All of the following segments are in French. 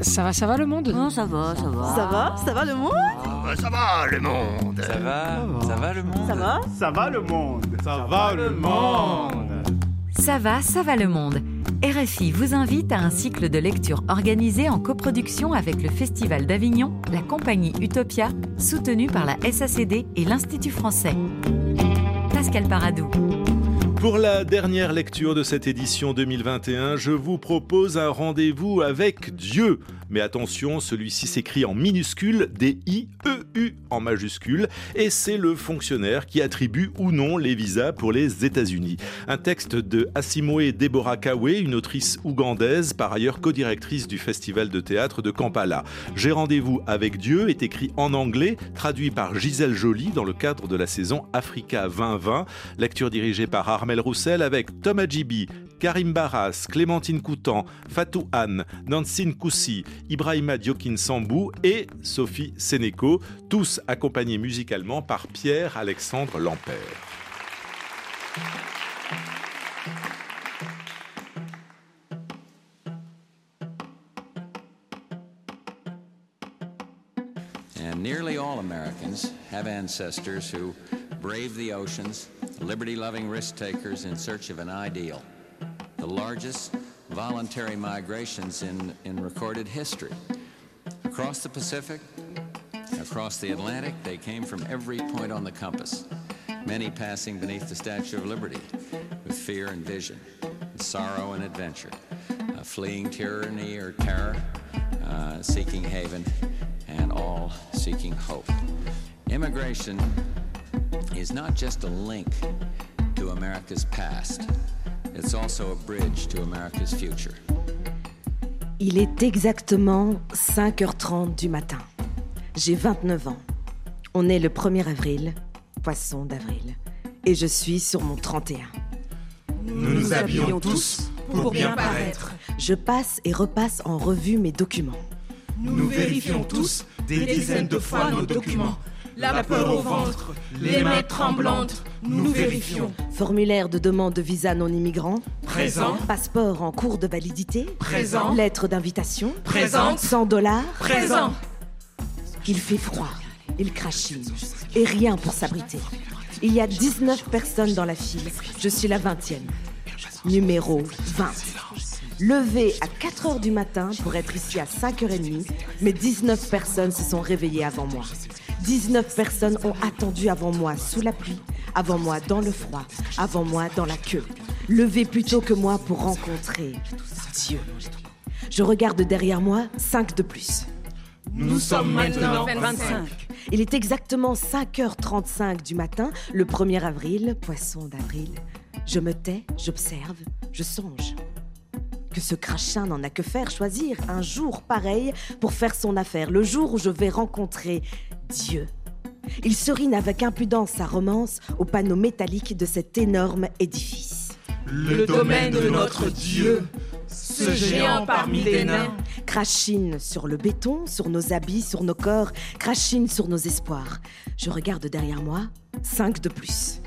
Ça va, ça va le monde Non, ça va, ça va. Ça va Ça va le monde Euh, Ça va le monde Ça va, ça va le monde Ça va Ça va le monde Ça, va, le monde Ça va, ça va le monde. RFI vous invite à un cycle de lecture organisé en coproduction avec le Festival d'Avignon, la compagnie Utopia, soutenue par la SACD et l'Institut français. Pascal Paradou. Pour la dernière lecture de cette édition 2021, je vous propose un rendez-vous avec Dieu. Mais attention, celui-ci s'écrit en minuscule, D-I-E-U en majuscule, et c'est le fonctionnaire qui attribue ou non les visas pour les États-Unis. Un texte de Asimoe Deborah Kawe, une autrice ougandaise, par ailleurs co-directrice du festival de théâtre de Kampala. J'ai rendez-vous avec Dieu est écrit en anglais, traduit par Gisèle Joly dans le cadre de la saison Africa 2020. Lecture dirigée par Armel Roussel avec Thomas Djibi, Karim Barras, Clémentine Coutan, Fatou Anne, Nansin Koussi, Ibrahima Diokin Sambou et Sophie Sénéco, tous accompagnés musicalement par Pierre-Alexandre Lampère. And nearly all Americans have ancestors who braved the oceans, liberty loving risk takers in search of an ideal. The largest voluntary migrations in, in recorded history. Across the Pacific, across the Atlantic, they came from every point on the compass, many passing beneath the Statue of Liberty with fear and vision, and sorrow and adventure, uh, fleeing tyranny or terror, uh, seeking haven, and all seeking hope. Immigration is not just a link to America's past, it's also a bridge to America's future. Il est exactement 5h30 du matin. J'ai 29 ans. On est le 1er avril, poisson d'avril. Et je suis sur mon 31. Nous nous habillons tous pour bien paraître. Je passe et repasse en revue mes documents. Nous vérifions tous des dizaines de fois nos documents. La peur au ventre, les mains tremblantes, nous vérifions. Formulaire de demande de visa non immigrant. Présent. Passeport en cours de validité. Présent. Lettre d'invitation. Présente. 100 dollars. Présent. Il fait froid, il crachine, et rien pour s'abriter. Il y a 19 personnes dans la file, je suis la 20e. Numéro 20. Levé à 4 heures du matin pour être ici à 5h30, mais 19 personnes se sont réveillées avant moi. 19 personnes ont attendu avant moi sous la pluie, avant moi dans le froid, avant moi dans la queue. Levé plus tôt que moi pour rencontrer Dieu. Je regarde derrière moi, 5 de plus. Nous sommes maintenant 25. Il est exactement 5h35 du matin, le 1er avril, poisson d'avril. Je me tais, j'observe, je songe. Que ce crachin n'en a que faire choisir un jour pareil pour faire son affaire, le jour où je vais rencontrer Dieu. Il serine avec impudence sa romance au panneau métallique de cet énorme édifice. Le domaine de notre Dieu, ce géant parmi les nains. Crachine sur le béton, sur nos habits, sur nos corps, crachine sur nos espoirs. Je regarde derrière moi, 5 de plus.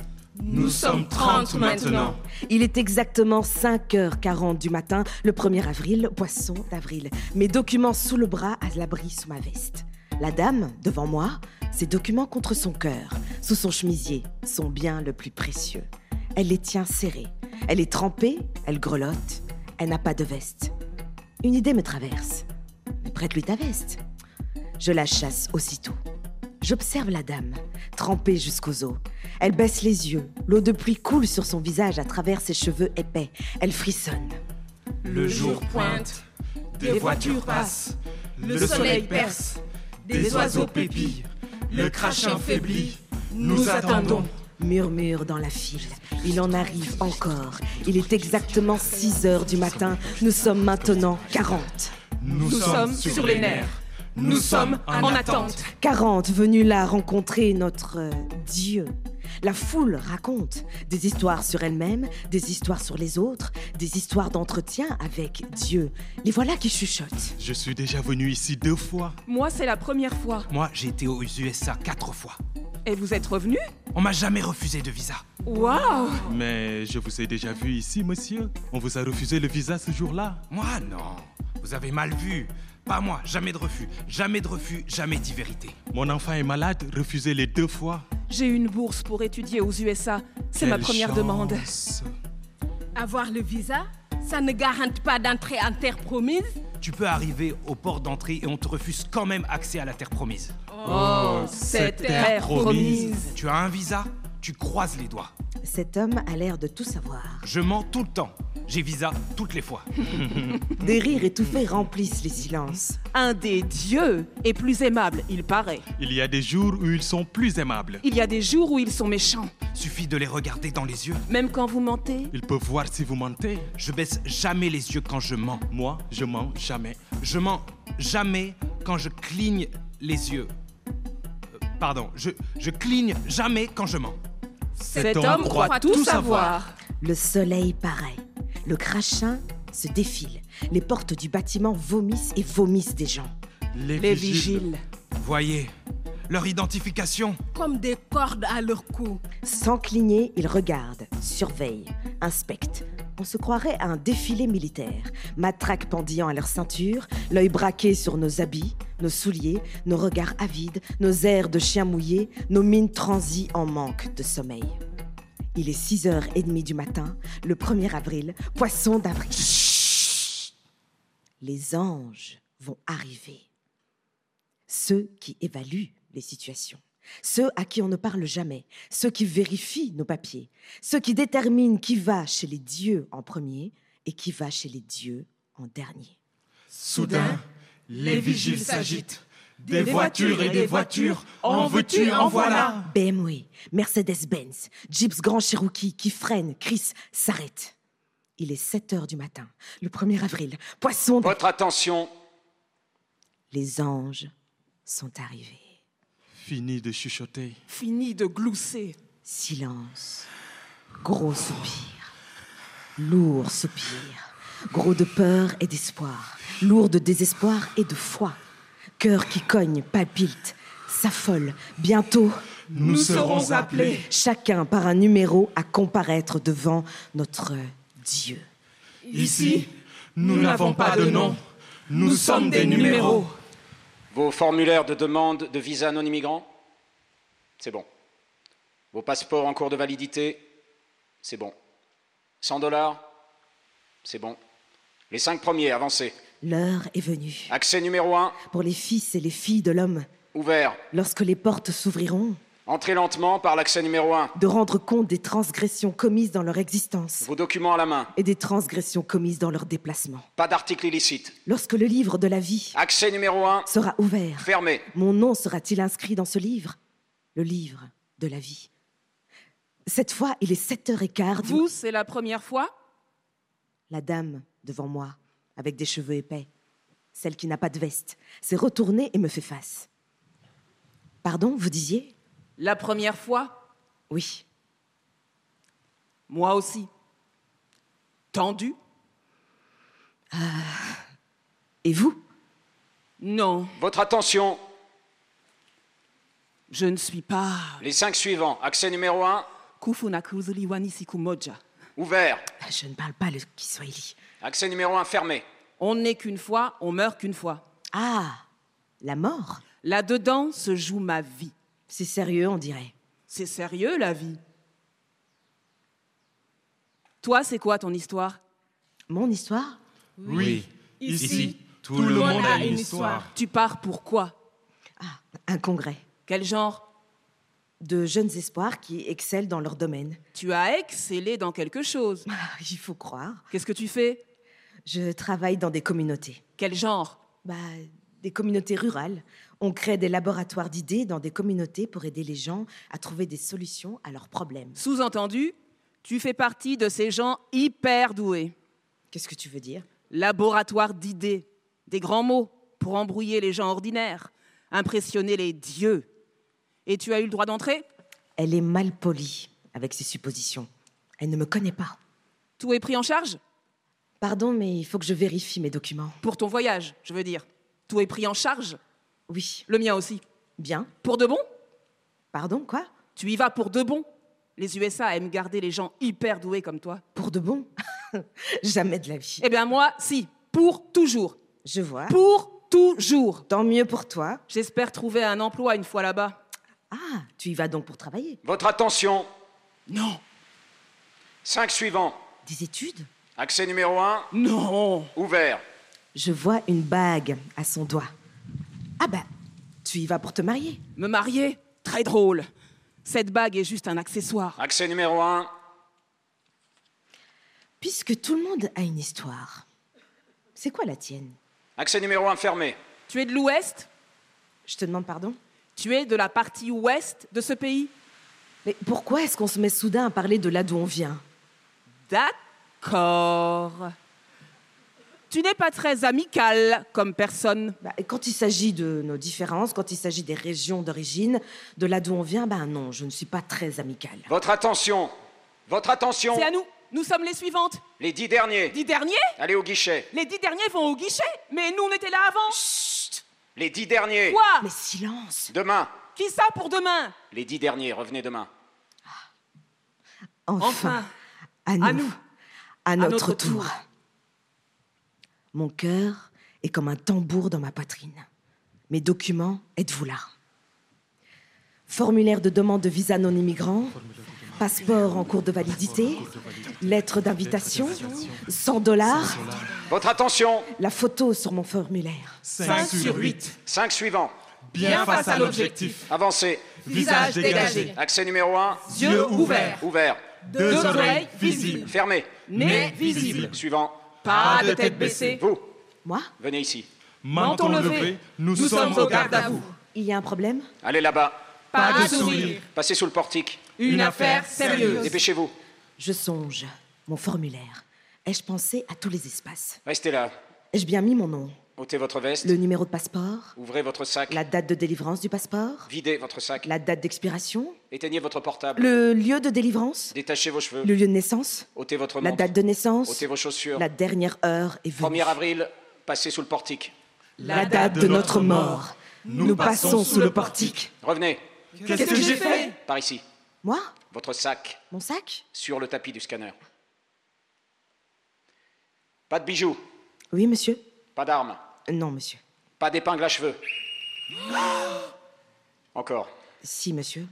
Nous sommes 30 maintenant. Il est exactement 5h40 du matin, le 1er avril, poisson d'avril. Mes documents sous le bras, à l'abri sous ma veste. La dame, devant moi, ses documents contre son cœur, sous son chemisier, son bien le plus précieux. Elle les tient serrés. Elle est trempée, elle grelotte. Elle n'a pas de veste. Une idée me traverse. Mais prête-lui ta veste. Je la chasse aussitôt. J'observe la dame, trempée jusqu'aux os. Elle baisse les yeux. L'eau de pluie coule sur son visage à travers ses cheveux épais. Elle frissonne. Le jour pointe, des voitures passent, le soleil perce, des oiseaux pépillent, le crachin faiblit, nous attendons. Murmure dans la file. Il en arrive encore. Il est exactement 6 heures du matin. Nous sommes maintenant 40. Nous sommes sur les nerfs, nous sommes en attente. 40 venus là rencontrer notre euh, Dieu. La foule raconte des histoires sur elle-même, des histoires sur les autres, des histoires d'entretien avec Dieu. Les voilà qui chuchotent. Je suis déjà venu ici deux fois. Moi, Ah, c'est la première fois. Moi, j'ai été aux USA quatre fois. Et vous êtes revenu On m'a jamais refusé de visa. Waouh Mais je vous ai déjà vu ici, monsieur. On vous a refusé le visa ce jour-là. Moi, non. Vous avez mal vu. Pas moi, jamais de refus. Jamais de refus, jamais dit vérité. Mon enfant est malade, refusez les deux fois. J'ai une bourse pour étudier aux USA. C'est ma Quelle première chance. demande. Avoir le visa, ça ne garantit pas d'entrée en terre promise. Tu peux arriver au port d'entrée et on te refuse quand même accès à la terre promise. Oh, cette terre promise. Tu as un visa, tu croises les doigts. Cet homme a l'air de tout savoir. Je mens tout le temps. J'ai visa toutes les fois. Des rires étouffés remplissent les silences. Un des dieux est plus aimable, il paraît. Il y a des jours où ils sont plus aimables. Il y a des jours où ils sont méchants. Suffit de les regarder dans les yeux. Même quand vous mentez, Ils peuvent voir si vous mentez. Je baisse jamais les yeux quand je mens. Moi, je mens jamais. Je mens jamais quand je cligne les yeux. Euh, Pardon, je, je cligne jamais quand je mens. cet homme croit tout savoir. Le soleil paraît. Le crachin se défile. Les portes du bâtiment vomissent et vomissent des gens. Les vigiles. Voyez, leur identification. Comme des cordes à leur cou. Sans cligner, ils regardent, surveillent, inspectent. On se croirait à un défilé militaire, matraque pendillant à leur ceinture, l'œil braqué sur nos habits, nos souliers, nos regards avides, nos airs de chiens mouillés, nos mines transies en manque de sommeil. Il est 6h30 du matin, le 1er avril, poisson d'avril. Les anges vont arriver. Ceux qui évaluent les situations, ceux à qui on ne parle jamais, ceux qui vérifient nos papiers, ceux qui déterminent qui va chez les dieux en premier et qui va chez les dieux en dernier. Soudain, les vigiles s'agitent. Des voitures et des voitures. En veux-tu, en voilà. BMW, Mercedes-Benz, Jeeps Grand Cherokee qui freine, Chris s'arrête. Il est 7 heures du matin, le 1er avril, poisson de... Votre attention, Les anges sont arrivés. Fini de chuchoter. Fini de glousser. Silence. Gros soupir. Lourd soupir. Gros de peur et d'espoir. Lourd de désespoir et de foi. Cœur qui cogne, palpite, s'affole. Bientôt, Nous, serons appelés. chacun par un numéro à comparaître devant notre Dieu. Ici, nous n'avons pas de nom. Nous sommes des numéros. Vos formulaires de demande de visa non immigrant C'est bon. Vos passeports en cours de validité C'est bon. 100 dollars C'est bon. Les cinq premiers, avancez. L'heure est venue. Accès numéro 1, Pour les fils et les filles de l'homme, ouvert. lorsque les portes s'ouvriront, Entrez lentement par l'accès numéro 1. de rendre compte des transgressions commises dans leur existence Vos documents à la main. et des transgressions commises dans leur déplacement. Pas d'article illicite. Lorsque le livre de la vie Accès numéro 1, sera ouvert, fermé. mon nom sera-t-il inscrit dans ce livre Le livre de la vie. Cette fois, il est 7h15. du- Vous, c'est la première fois La dame, devant moi, avec des cheveux épais, celle qui n'a pas de veste, s'est retournée et me fait face. Pardon, vous disiez La première fois Oui. Moi aussi. Tendu Euh, Et vous Non, Votre attention, je ne suis pas les cinq suivants. Accès numéro 1, Kufunakuzliwa Nisikumoja. ouvert. Ah, Je ne parle pas le Kiswahili. Accès numéro 1, fermé. On n'est qu'une fois, on meurt qu'une fois. Ah, la mort Là-dedans se joue ma vie. C'est sérieux, on dirait. C'est sérieux, la vie. Toi, c'est quoi ton histoire Mon histoire Oui. Ici, tout le monde a une histoire. Tu pars pour quoi Ah, un congrès Quel genre de jeunes espoirs qui excellent dans leur domaine. Tu as excellé dans quelque chose. Ah, Il faut croire. Qu'est-ce que tu fais Je travaille dans des communautés. Quel genre Bah, des communautés rurales. On crée des laboratoires d'idées dans des communautés pour aider les gens à trouver des solutions à leurs problèmes. Sous-entendu, tu fais partie de ces gens hyper doués. Qu'est-ce que tu veux dire Laboratoire d'idées, des grands mots pour embrouiller les gens ordinaires, impressionner les dieux. Et tu as eu le droit d'entrer Elle est mal polie avec ses suppositions. Elle ne me connaît pas. Tout est pris en charge Pardon, mais il faut que je vérifie mes documents. Pour ton voyage, je veux dire. Tout est pris en charge Oui, Le mien aussi. bien. Pour de bon Pardon, quoi Tu y vas pour de bon Les USA aiment garder les gens hyper doués comme toi. Pour de bon Jamais de la vie. Eh bien moi, si. Pour toujours. Je vois. Pour Toujours. Tant mieux pour toi. J'espère trouver un emploi une fois là-bas. Ah, tu y vas donc pour travailler Votre attention. Non. Cinq suivants. Des études Accès numéro 1, Non. ouvert. Je vois une bague à son doigt. Ah bah, tu y vas pour te marier Me marier Très drôle. Cette bague est juste un accessoire. Accès numéro 1, Puisque tout le monde a une histoire. C'est quoi la tienne accès numéro 1 fermé. Tu es de l'Ouest Je te demande pardon Tu es de la partie Ouest de ce pays Mais pourquoi est-ce qu'on se met soudain à parler de là d'où on vient D'accord. Tu n'es pas très amical comme personne. Bah, et Quand il s'agit de nos différences, quand il s'agit des régions d'origine, de là d'où on vient, bah non, je ne suis pas très amicale. Votre attention. Votre attention. C'est à nous. Nous sommes les suivantes. Les dix derniers. Dix derniers Allez au guichet. Les dix derniers vont au guichet. Mais nous, on était là avant. Les dix derniers. Quoi Mais silence Demain. Qui ça pour demain Les dix derniers. Revenez demain. Enfin, Enfin. à nous, à nous. à notre, notre tour. tour. Mon cœur est comme un tambour dans ma poitrine. Mes documents, êtes-vous là Formulaire de demande de visa non immigrant, passeport en cours de validité, lettre d'invitation, 100 dollars, Votre attention. la photo sur mon formulaire. 5 sur 8. Cinq suivants. Bien face à l'objectif. Avancez. Visage dégagé. Accès numéro 1, Yeux ouverts. ouvert. Deux oreilles visibles. Fermé. Nez visible. Suivant. Pas de tête baissée. Vous, Moi venez ici. Menton levé. Oh, Nous sommes au garde à vous. Il y a un problème Allez là-bas. Pas de sourire. Passez sous le portique. Une affaire sérieuse. Dépêchez-vous. Je songe. Mon formulaire. Ai-je pensé à tous les espaces Restez là. Ai-je bien mis mon nom ôtez votre veste. Le numéro de passeport Ouvrez votre sac. La date de délivrance du passeport Videz votre sac. La date d'expiration Éteignez votre portable. Le lieu de délivrance Détachez vos cheveux. Le lieu de naissance ôtez votre La montre. date de naissance Ôtez vos chaussures. La dernière heure est venue. 1er avril, passez sous le portique. La date de notre mort. Nous passons sous le portique. Revenez. Qu'est-ce que j'ai fait Par ici. Moi Votre sac Mon sac sur le tapis du scanner. Pas de bijoux, Oui, monsieur pas d'armes, Euh, Non, monsieur. pas d'épingle à cheveux. Encore. Si, monsieur.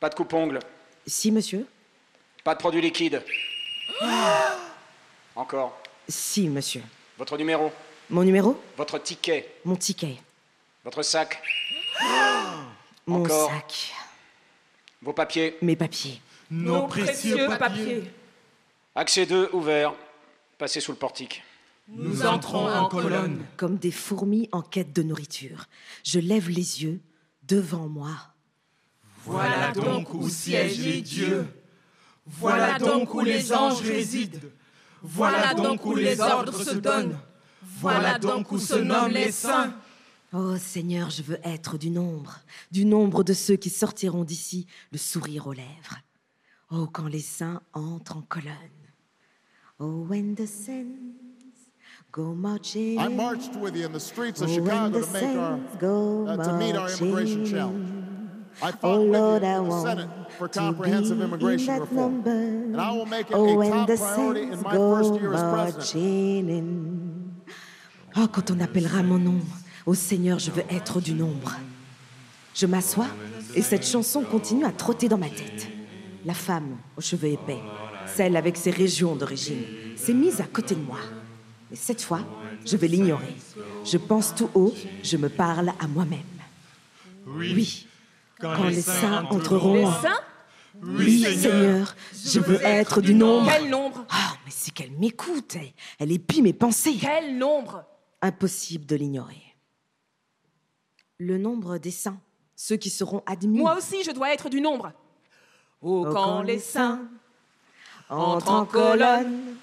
Pas de coupe-ongle, Si, monsieur. pas de produit liquide. Encore. Si, monsieur. Votre numéro, Mon numéro votre ticket, Mon ticket. votre sac, Mon Encore. sac. vos papiers. Mes papiers. Nos précieux papiers. Accès 2 ouvert. Passez sous le portique. Nous entrons en colonne. Comme des fourmis en quête de nourriture. Je lève les yeux devant moi. Voilà donc où siège Dieu. Voilà donc où les anges résident. Voilà donc où les ordres se donnent. Voilà donc où se nomment les saints. Oh Seigneur, je veux être du nombre, du nombre de ceux qui sortiront d'ici le sourire aux lèvres. Oh, quand les saints entrent en colonne. Oh, when the saints go marching. I marched with you in the streets oh, of when Chicago the to make our saints go uh, to meet our immigration marching. challenge. I fought Oh with Lord, you I in the want Senate for to comprehensive be in immigration that reform. number. And I will make it oh, a when top the priority in saints my go first year as president. marching in. Oh, quand on appellera mon nom, oh Seigneur, je veux être du nombre. Je m'assois et cette chanson continue à trotter dans ma tête. La femme aux cheveux épais, celle avec ses régions d'origine, s'est mise à côté de moi. Mais cette fois, je vais l'ignorer. Je pense tout haut, je me parle à moi-même. Oui, quand, les saints entreront. Les en- saints oui, Seigneur, je veux être du nombre. Quel nombre Ah, mais c'est qu'elle m'écoute, elle, elle épie mes pensées. Quel nombre Impossible de l'ignorer. Le nombre des saints, ceux qui seront admis. Moi aussi, je dois être du nombre. Au Au camp les saints, entrent en colonne.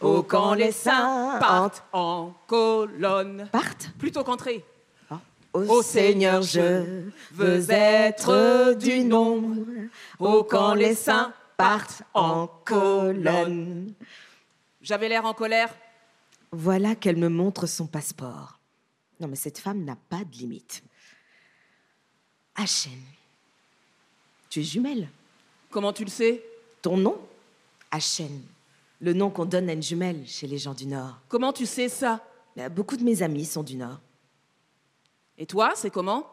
au camp les saints, partent en colonne. Partent. Plutôt qu'entrer. Ô Seigneur, je veux être du nombre. Ô quand les saints partent en colonne. J'avais l'air en colère. Voilà qu'elle me montre son passeport. Non, mais cette femme n'a pas de limite. Hachem, tu es jumelle. Comment tu le sais Ton nom Hachem, le nom qu'on donne à une jumelle chez les gens du Nord. Bah, Comment tu sais ça Euh, Beaucoup de mes amis sont du Nord. Et toi, c'est comment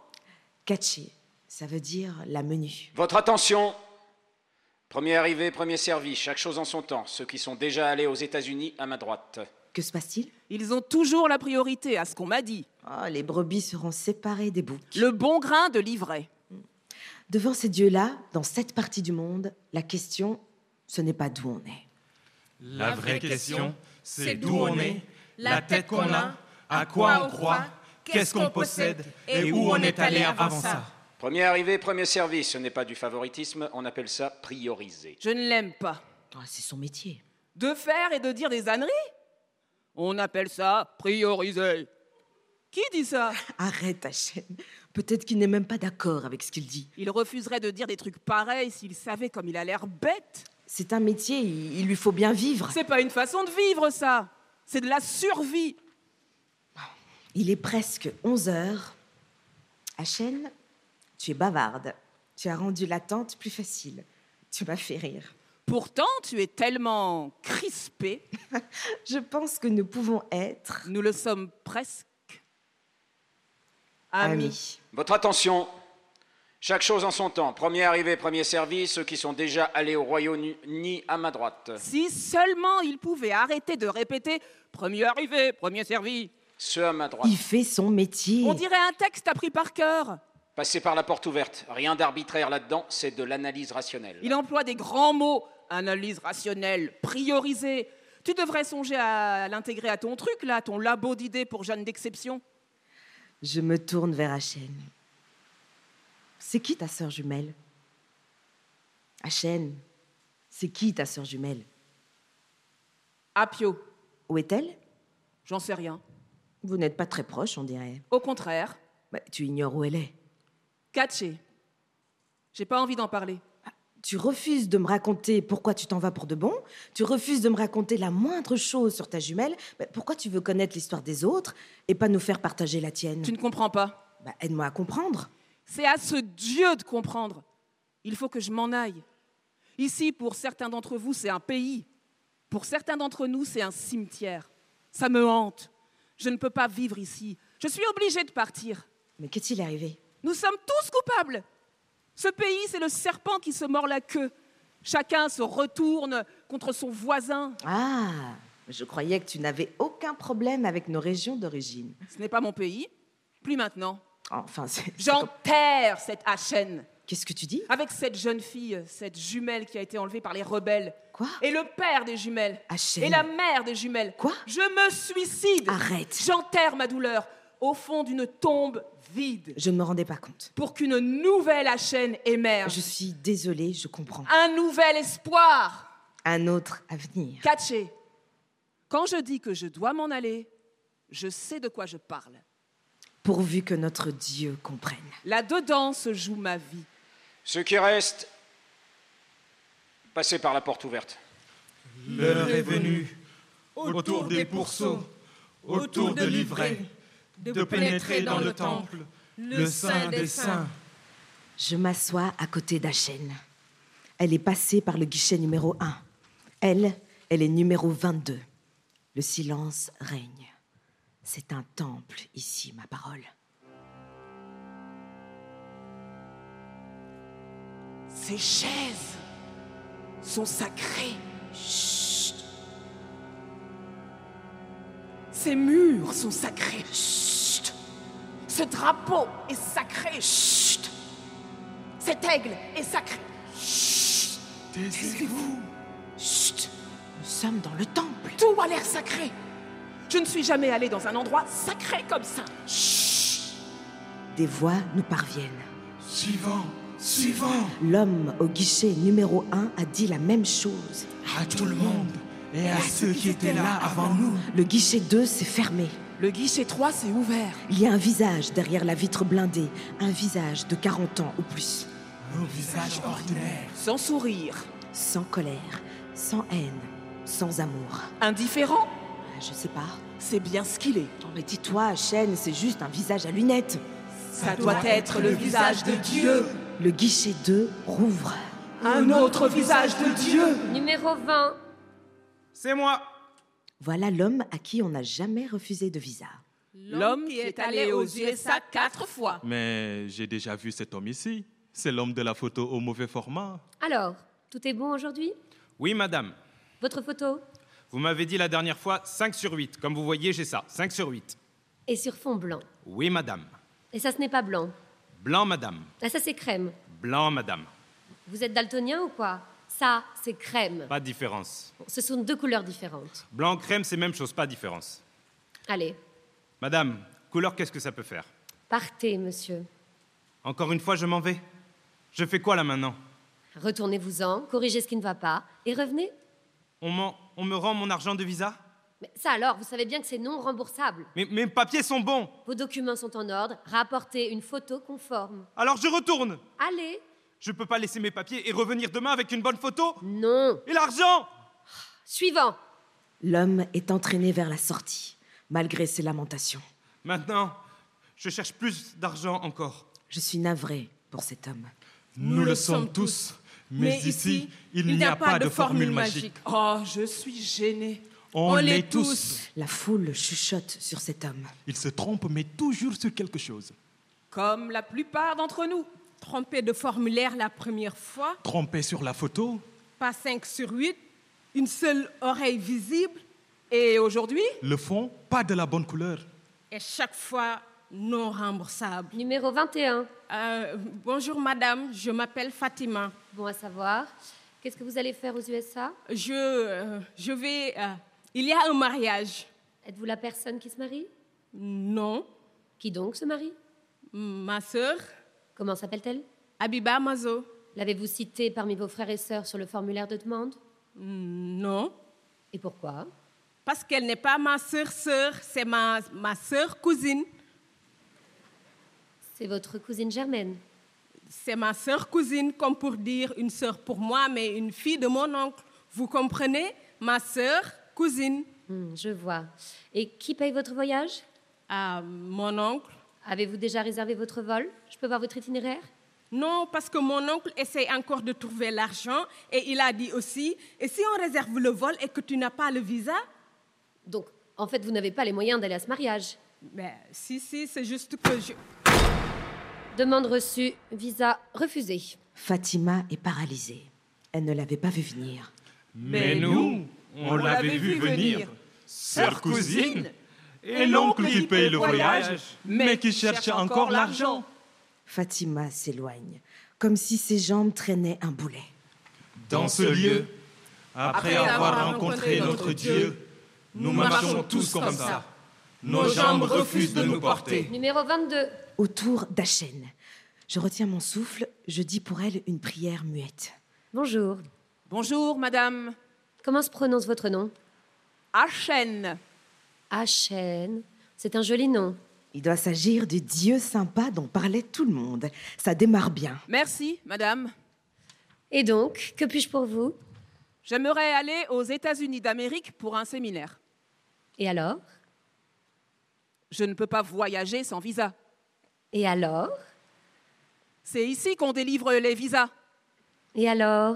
Catchy, ça veut dire la menu. Votre attention Premier arrivé, premier servi, chaque chose en son temps. Ceux qui sont déjà allés aux États-Unis à ma droite. Que se passe-t-il Ils ont toujours la priorité à ce qu'on m'a dit. Ah, les brebis seront séparées des boucs. Mm. Le bon grain de l'ivraie. Devant ces dieux-là, dans cette partie du monde, la question, ce n'est pas d'où on est. La vraie question, c'est d'où on est, la tête qu'on a, à quoi on croit, qu'est-ce qu'on possède et où on est allé avant ça. Premier arrivé, premier servi, ce n'est pas du favoritisme, on appelle ça prioriser. Je ne l'aime pas. Ah, c'est son métier. De faire et de dire des âneries On appelle ça prioriser. Qui dit ça Arrête, Hachem. Peut-être qu'il n'est même pas d'accord avec ce qu'il dit. Il refuserait de dire des trucs pareils s'il savait comme il a l'air bête. C'est un métier, il il lui faut bien vivre. C'est pas une façon de vivre, ça. C'est de la survie. Il est presque 11 heures. Hachem, tu es bavarde. Tu as rendu l'attente plus facile. Tu m'as fait rire. Pourtant, tu es tellement crispé. Je pense que nous pouvons être. Nous le sommes presque. Amis. Votre attention Chaque chose en son temps. Premier arrivé, premier servi, ceux qui sont déjà allés au Royaume-Uni à ma droite. Si seulement il pouvait arrêter de répéter premier arrivé, premier servi. Ceux à ma droite. Il fait son métier. On dirait un texte appris par cœur. Passez par la porte ouverte. Rien d'arbitraire là-dedans, c'est de l'analyse rationnelle. Il emploie des grands mots, analyse rationnelle, prioriser. Tu devrais songer à l'intégrer à ton truc, là, ton labo d'idées pour jeunes d'exception. Je me tourne vers Hachem. C'est qui ta sœur jumelle Hachem, c'est qui ta sœur jumelle Apio, Où est-elle j'en sais rien. Vous n'êtes pas très proche, on dirait. Au contraire, Bah, tu ignores où elle est. catché. J'ai pas envie d'en parler. Tu refuses de me raconter pourquoi tu t'en vas pour de bon. Tu refuses de me raconter la moindre chose sur ta jumelle. Bah, pourquoi tu veux connaître l'histoire des autres et pas nous faire partager la tienne Tu ne comprends pas. Bah, Aide-moi à comprendre. C'est à ce Dieu de comprendre. Il faut que je m'en aille. Ici, pour certains d'entre vous, c'est un pays. Pour certains d'entre nous, c'est un cimetière. Ça me hante. Je ne peux pas vivre ici. Je suis obligée de partir. Mais qu'est-il arrivé Nous sommes tous coupables. Ce pays, c'est le serpent qui se mord la queue. Chacun se retourne contre son voisin. Ah, je croyais que tu n'avais aucun problème avec nos régions d'origine. Ce n'est pas mon pays. Plus maintenant. Enfin, c'est... c'est comme- J'enterre cette Hachène. Qu'est-ce que tu dis Avec cette jeune fille, cette jumelle qui a été enlevée par les rebelles. Quoi Et le père des jumelles. Hachem. Et la mère des jumelles. Quoi Je me suicide. Arrête. J'enterre ma douleur au fond d'une tombe vide Je ne me rendais pas compte. pour qu'une nouvelle Hachène émerge. Je suis désolée, je comprends. Un nouvel espoir. Un autre avenir. Caché. Quand je dis que je dois m'en aller, je sais de quoi je parle. Pourvu que notre Dieu comprenne. Là-dedans se joue ma vie. Ceux qui restent, passez par la porte ouverte. L'heure est venue, autour des pourceaux, autour de l'ivraie, de pénétrer dans le temple, le sein des saints. Je m'assois à côté d'Achène. Elle est passée par le guichet numéro 1. Elle, elle est numéro 22. Le silence règne. C'est un temple ici, ma parole. Ces chaises sont sacrées. Chut. Ces murs sont sacrés. Chut. Ce drapeau est sacré. Chut. Cet aigle est sacré. Chut. Taisez-vous. Chut. Nous sommes dans le temple. Tout a l'air sacré. Je ne suis jamais allée dans un endroit sacré comme ça. Chut. Des voix nous parviennent. Suivant, suivant, L'homme au guichet numéro 1 a dit la même chose. à tout le monde et à ceux qui étaient là avant nous. Le guichet 2 s'est fermé. Le guichet 3 s'est ouvert. Il y a un visage derrière la vitre blindée, un visage de 40 ans ou plus, Nos visages ordinaires, Sans sourire. sans colère, sans haine, sans amour. Indifférent, Ah, Je sais pas. c'est bien ce qu'il est. Non mais dis-toi, Chêne, c'est juste un visage à lunettes. Ça doit être le visage de Dieu. Le guichet 2 rouvre. Un autre visage de Dieu. Numéro 20. c'est moi. Voilà l'homme à qui on n'a jamais refusé de visa. L'homme qui est allé aux USA quatre fois. Mais j'ai déjà vu cet homme ici. C'est l'homme de la photo au mauvais format. Alors, tout est bon aujourd'hui Oui, madame. Votre photo Vous m'avez dit la dernière fois 5 sur 8. Comme vous voyez, j'ai ça. 5 sur 8. est sur fond blanc. Oui, madame. Et ça, ce n'est pas blanc. Blanc, madame. Ah, ça, c'est crème. Blanc, madame. Vous êtes daltonien ou quoi Ça, c'est crème. Pas de différence. Bon, ce sont deux couleurs différentes. Blanc, crème, c'est même chose, pas de différence. Allez, Madame, couleur, qu'est-ce que ça peut faire partez, monsieur. Encore une fois, je m'en vais. Je fais quoi là maintenant Retournez-vous-en, corrigez ce qui ne va pas et revenez. on, m'en- on me rend mon argent de visa Mais ça alors, vous savez bien que c'est non remboursable. mais mes papiers sont bons Vos documents sont en ordre, rapportez une photo conforme. Alors je retourne Allez, Je peux pas laisser mes papiers et revenir demain avec une bonne photo Non Et l'argent suivant. L'homme est entraîné vers la sortie, malgré ses lamentations. Maintenant, je cherche plus d'argent encore. Je suis navré pour cet homme. Nous le sommes tous, mais ici, il n'y a pas de formule magique. Oh, je suis gênée. La foule chuchote sur cet homme. Il se trompe, mais toujours sur quelque chose. Comme la plupart d'entre nous. Trompé de formulaire la première fois, Trompé sur la photo, pas 5 sur 8, une seule oreille visible, et aujourd'hui, le fond, pas de la bonne couleur. et chaque fois non remboursable. Euh, Numéro 21. bonjour madame, je m'appelle Fatima. Bon à savoir. Qu'est-ce que vous allez faire aux USA Je, euh, je vais... euh, il y a un mariage. Êtes-vous la personne qui se marie Non. Qui donc se marie Ma sœur. Comment s'appelle-t-elle Abiba Mazo. L'avez-vous citée parmi vos frères et sœurs sur le formulaire de demande Mm, Non. Et pourquoi Parce qu'elle n'est pas ma sœur-sœur, c'est ma, ma sœur-cousine. C'est votre cousine germaine C'est ma sœur-cousine, comme pour dire une sœur pour moi, mais une fille de mon oncle. Vous comprenez Ma sœur-cousine. Hmm, Je vois. Et qui paye votre voyage Ah, mon oncle. Avez-vous déjà réservé votre vol Je peux voir votre itinéraire Non, parce que mon oncle essaye encore de trouver l'argent et il a dit aussi, et si on réserve le vol et que tu n'as pas le visa Donc, en fait, vous n'avez pas les moyens d'aller à ce mariage. Ben, si, si, c'est juste que je... Demande reçue, visa refusé. Fatima est paralysée. Elle ne l'avait pas vu venir. Mais nous, on l'avait vu venir. Sœur cousine Et l'oncle qui paye le voyage, mais qui cherche encore l'argent. Fatima s'éloigne, comme si ses jambes traînaient un boulet. Dans ce lieu, après avoir rencontré notre Dieu, nous marchons tous comme ça. Nos jambes refusent de nous porter. Numéro 22. Autour d'Achène. Je retiens mon souffle, je dis pour elle une prière muette. Bonjour. Bonjour, madame. Comment se prononce votre nom Achen. Achen. C'est un joli nom. Il doit s'agir du Dieu sympa dont parlait tout le monde. Ça démarre bien. Merci, madame. Et donc, que puis-je pour vous J'aimerais aller aux États-Unis d'Amérique pour un séminaire. Et alors Je ne peux pas voyager sans visa. Et alors C'est ici qu'on délivre les visas. Et alors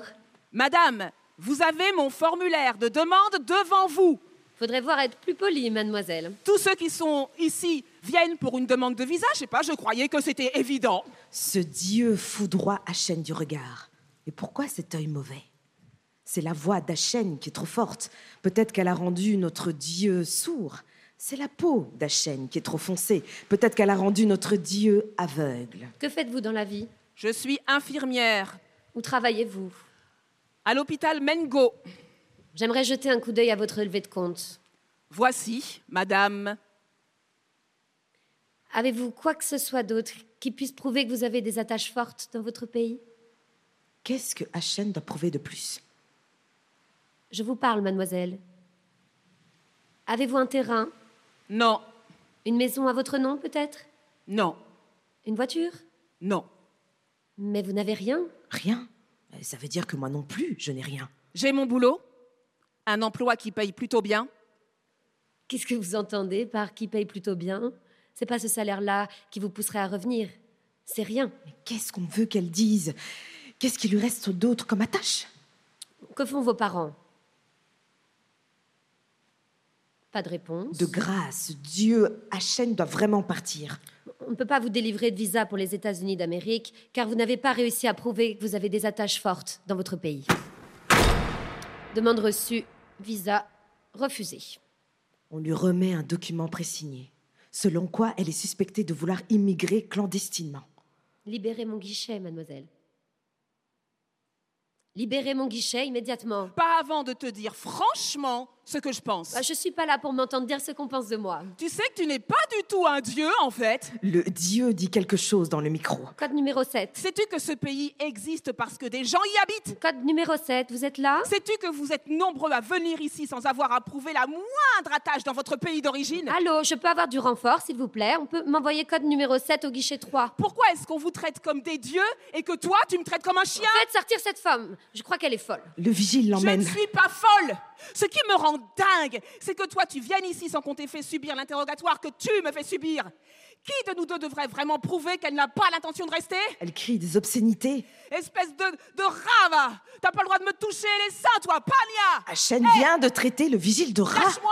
Madame, vous avez mon formulaire de demande devant vous. Faudrait voir être plus poli, mademoiselle. Tous ceux qui sont ici viennent pour une demande de visa. Je sais pas, je croyais que c'était évident. Ce Dieu foudroie Achène du regard. Et pourquoi cet œil mauvais C'est la voix d'Achène qui est trop forte. Peut-être qu'elle a rendu notre Dieu sourd. C'est la peau d'Achène qui est trop foncée. Peut-être qu'elle a rendu notre Dieu aveugle. Que faites-vous dans la vie Je suis infirmière. Où travaillez-vous À l'hôpital Mengo. J'aimerais jeter un coup d'œil à votre relevé de compte. Voici, madame. Avez-vous quoi que ce soit d'autre qui puisse prouver que vous avez des attaches fortes dans votre pays Qu'est-ce que Achène doit prouver de plus Je vous parle, mademoiselle. Avez-vous un terrain Non. Une maison à votre nom, peut-être Non. Une voiture Non. Mais vous n'avez rien Rien. Euh, Ça veut dire que moi non plus, je n'ai rien. J'ai mon boulot, un emploi qui paye plutôt bien. Qu'est-ce que vous entendez par qui paye plutôt bien C'est pas ce salaire-là qui vous pousserait à revenir. C'est rien. Qu'est-ce qu'on veut qu'elle dise Qu'est-ce qui lui reste d'autre comme attache Que font vos parents Pas de réponse. De grâce, Dieu, Hachem doit vraiment partir. On ne peut pas vous délivrer de visa pour les États-Unis d'Amérique car vous n'avez pas réussi à prouver que vous avez des attaches fortes dans votre pays. Demande reçue, visa refusé. On lui remet un document présigné, selon quoi elle est suspectée de vouloir immigrer clandestinement. Libérez mon guichet, mademoiselle. Libérez mon guichet immédiatement. Bah, Pas avant de te dire franchement ce que je pense. je suis pas là pour m'entendre dire ce qu'on pense de moi. Tu sais que tu n'es pas du tout un dieu, en fait. Le Dieu dit quelque chose dans le micro. Code numéro 7. Sais-tu que ce pays existe parce que des gens y habitent Code numéro 7, vous êtes là Sais-tu que vous êtes nombreux à venir ici sans avoir à prouver la moindre attache dans votre pays d'origine Allô, je peux avoir du renfort, s'il vous plaît On peut m'envoyer code numéro 7 au guichet 3. Pourquoi est-ce qu'on vous traite comme des dieux et que toi, tu me traites comme un chien Faites sortir cette femme. Je crois qu'elle est folle. Le vigile Je ne l'emmène. suis pas folle Ce qui me rend dingue, c'est que toi, tu viennes ici sans qu'on t'ait fait subir l'interrogatoire que tu me fais subir. Qui de nous deux devrait vraiment prouver qu'elle n'a pas l'intention de rester Elle crie des obscénités. Espèce de, de rave T'as pas le droit de me toucher les seins, toi, Pania Hachem vient de traiter le vigile de rat. Lâche-moi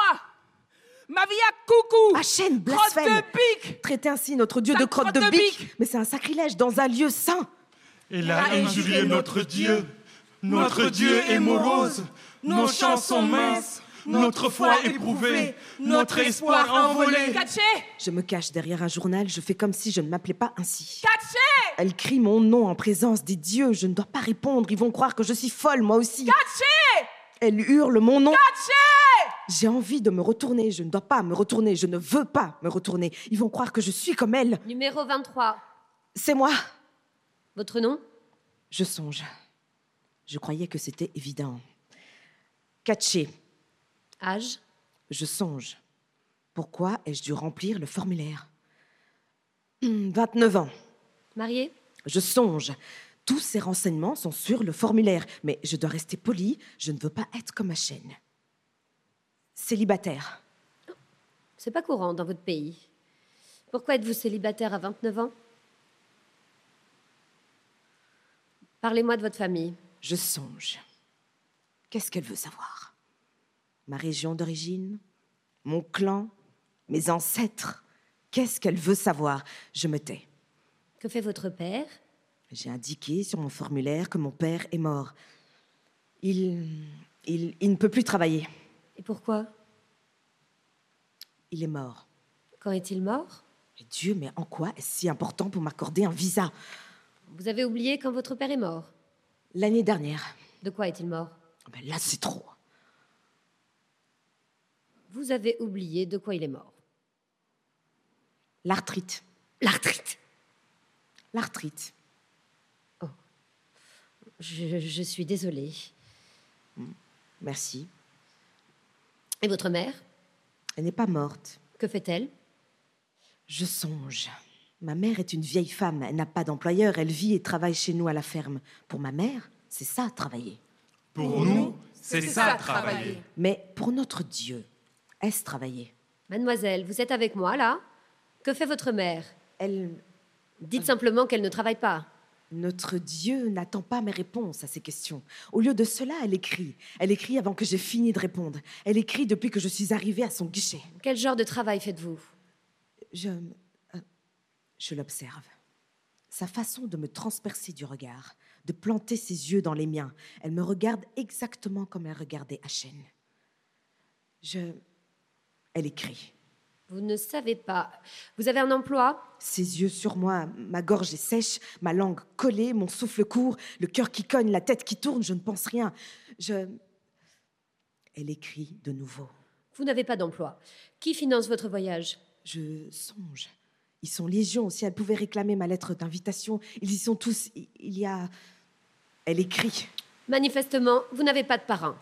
Ma vie à coucou Hachem Crotte blasphème. de pique Traiter ainsi notre Dieu Sale de crotte de bique. Mais c'est un sacrilège dans un lieu saint. Elle a injurié notre Dieu. Notre Dieu est morose. Nos champs sont minces. Notre foi éprouvée. Notre espoir envolé. Caché Je me cache derrière un journal, je fais comme si je ne m'appelais pas ainsi. Caché Elle crie mon nom en présence des dieux, je ne dois pas répondre, ils vont croire que je suis folle moi aussi. Caché Elle hurle mon nom. Caché J'ai envie de me retourner, je ne dois pas me retourner, je ne veux pas me retourner. Ils vont croire que je suis comme elle. Numéro 23. C'est moi. Votre nom Je songe. Je croyais que c'était évident. Catché, Âge je songe. Pourquoi ai-je dû remplir le formulaire Hmm, 29 ans. Marié Je songe. Tous ces renseignements sont sur le formulaire, mais je dois rester polie, je ne veux pas être comme ma chaîne. Célibataire. C'est pas courant dans votre pays. Pourquoi êtes-vous célibataire à 29 ans Parlez-moi de votre famille. Je songe. Qu'est-ce qu'elle veut savoir Ma région d'origine Mon clan Mes ancêtres Qu'est-ce qu'elle veut savoir Je me tais. Que fait votre père J'ai indiqué sur mon formulaire que mon père est mort. Il, il, il ne peut plus travailler. Et pourquoi Il est mort. Quand est-il mort Et Dieu, mais en quoi est-ce si important pour m'accorder un visa Vous avez oublié quand votre père est mort. L'année dernière. De quoi est-il mort Ah ben là, c'est trop. Vous avez oublié de quoi il est mort. L'arthrite. L'arthrite. Oh. L'arthrite. Je, je suis désolée. Merci. Et votre mère Elle n'est pas morte. Que fait-elle Je songe. Ma mère est une vieille femme. Elle n'a pas d'employeur. Elle vit et travaille chez nous à la ferme. Pour ma mère, c'est ça, travailler. Pour nous, c'est ça travailler. Mais pour notre Dieu, est-ce travailler Mademoiselle, vous êtes avec moi là Que fait votre mère Elle. Dites simplement qu'elle ne travaille pas. Notre Dieu n'attend pas mes réponses à ces questions. Au lieu de cela, elle écrit. Elle écrit avant que j'ai fini de répondre. Elle écrit depuis que je suis arrivée à son guichet. Quel genre de travail faites-vous Je. euh, je l'observe. Sa façon de me transpercer du regard, de planter ses yeux dans les miens, elle me regarde exactement comme elle regardait Hachène. Je. Elle écrit. Vous ne savez pas. Vous avez un emploi Ses yeux sur moi, ma gorge est sèche, ma langue collée, mon souffle court, le cœur qui cogne, la tête qui tourne, je ne pense rien. Je. Elle écrit de nouveau. Vous n'avez pas d'emploi. Qui finance votre voyage Je songe. Ils sont légion. Si elle pouvait réclamer ma lettre d'invitation, ils y sont tous. I- Il y a. Elle écrit. Manifestement, vous n'avez pas de parrain.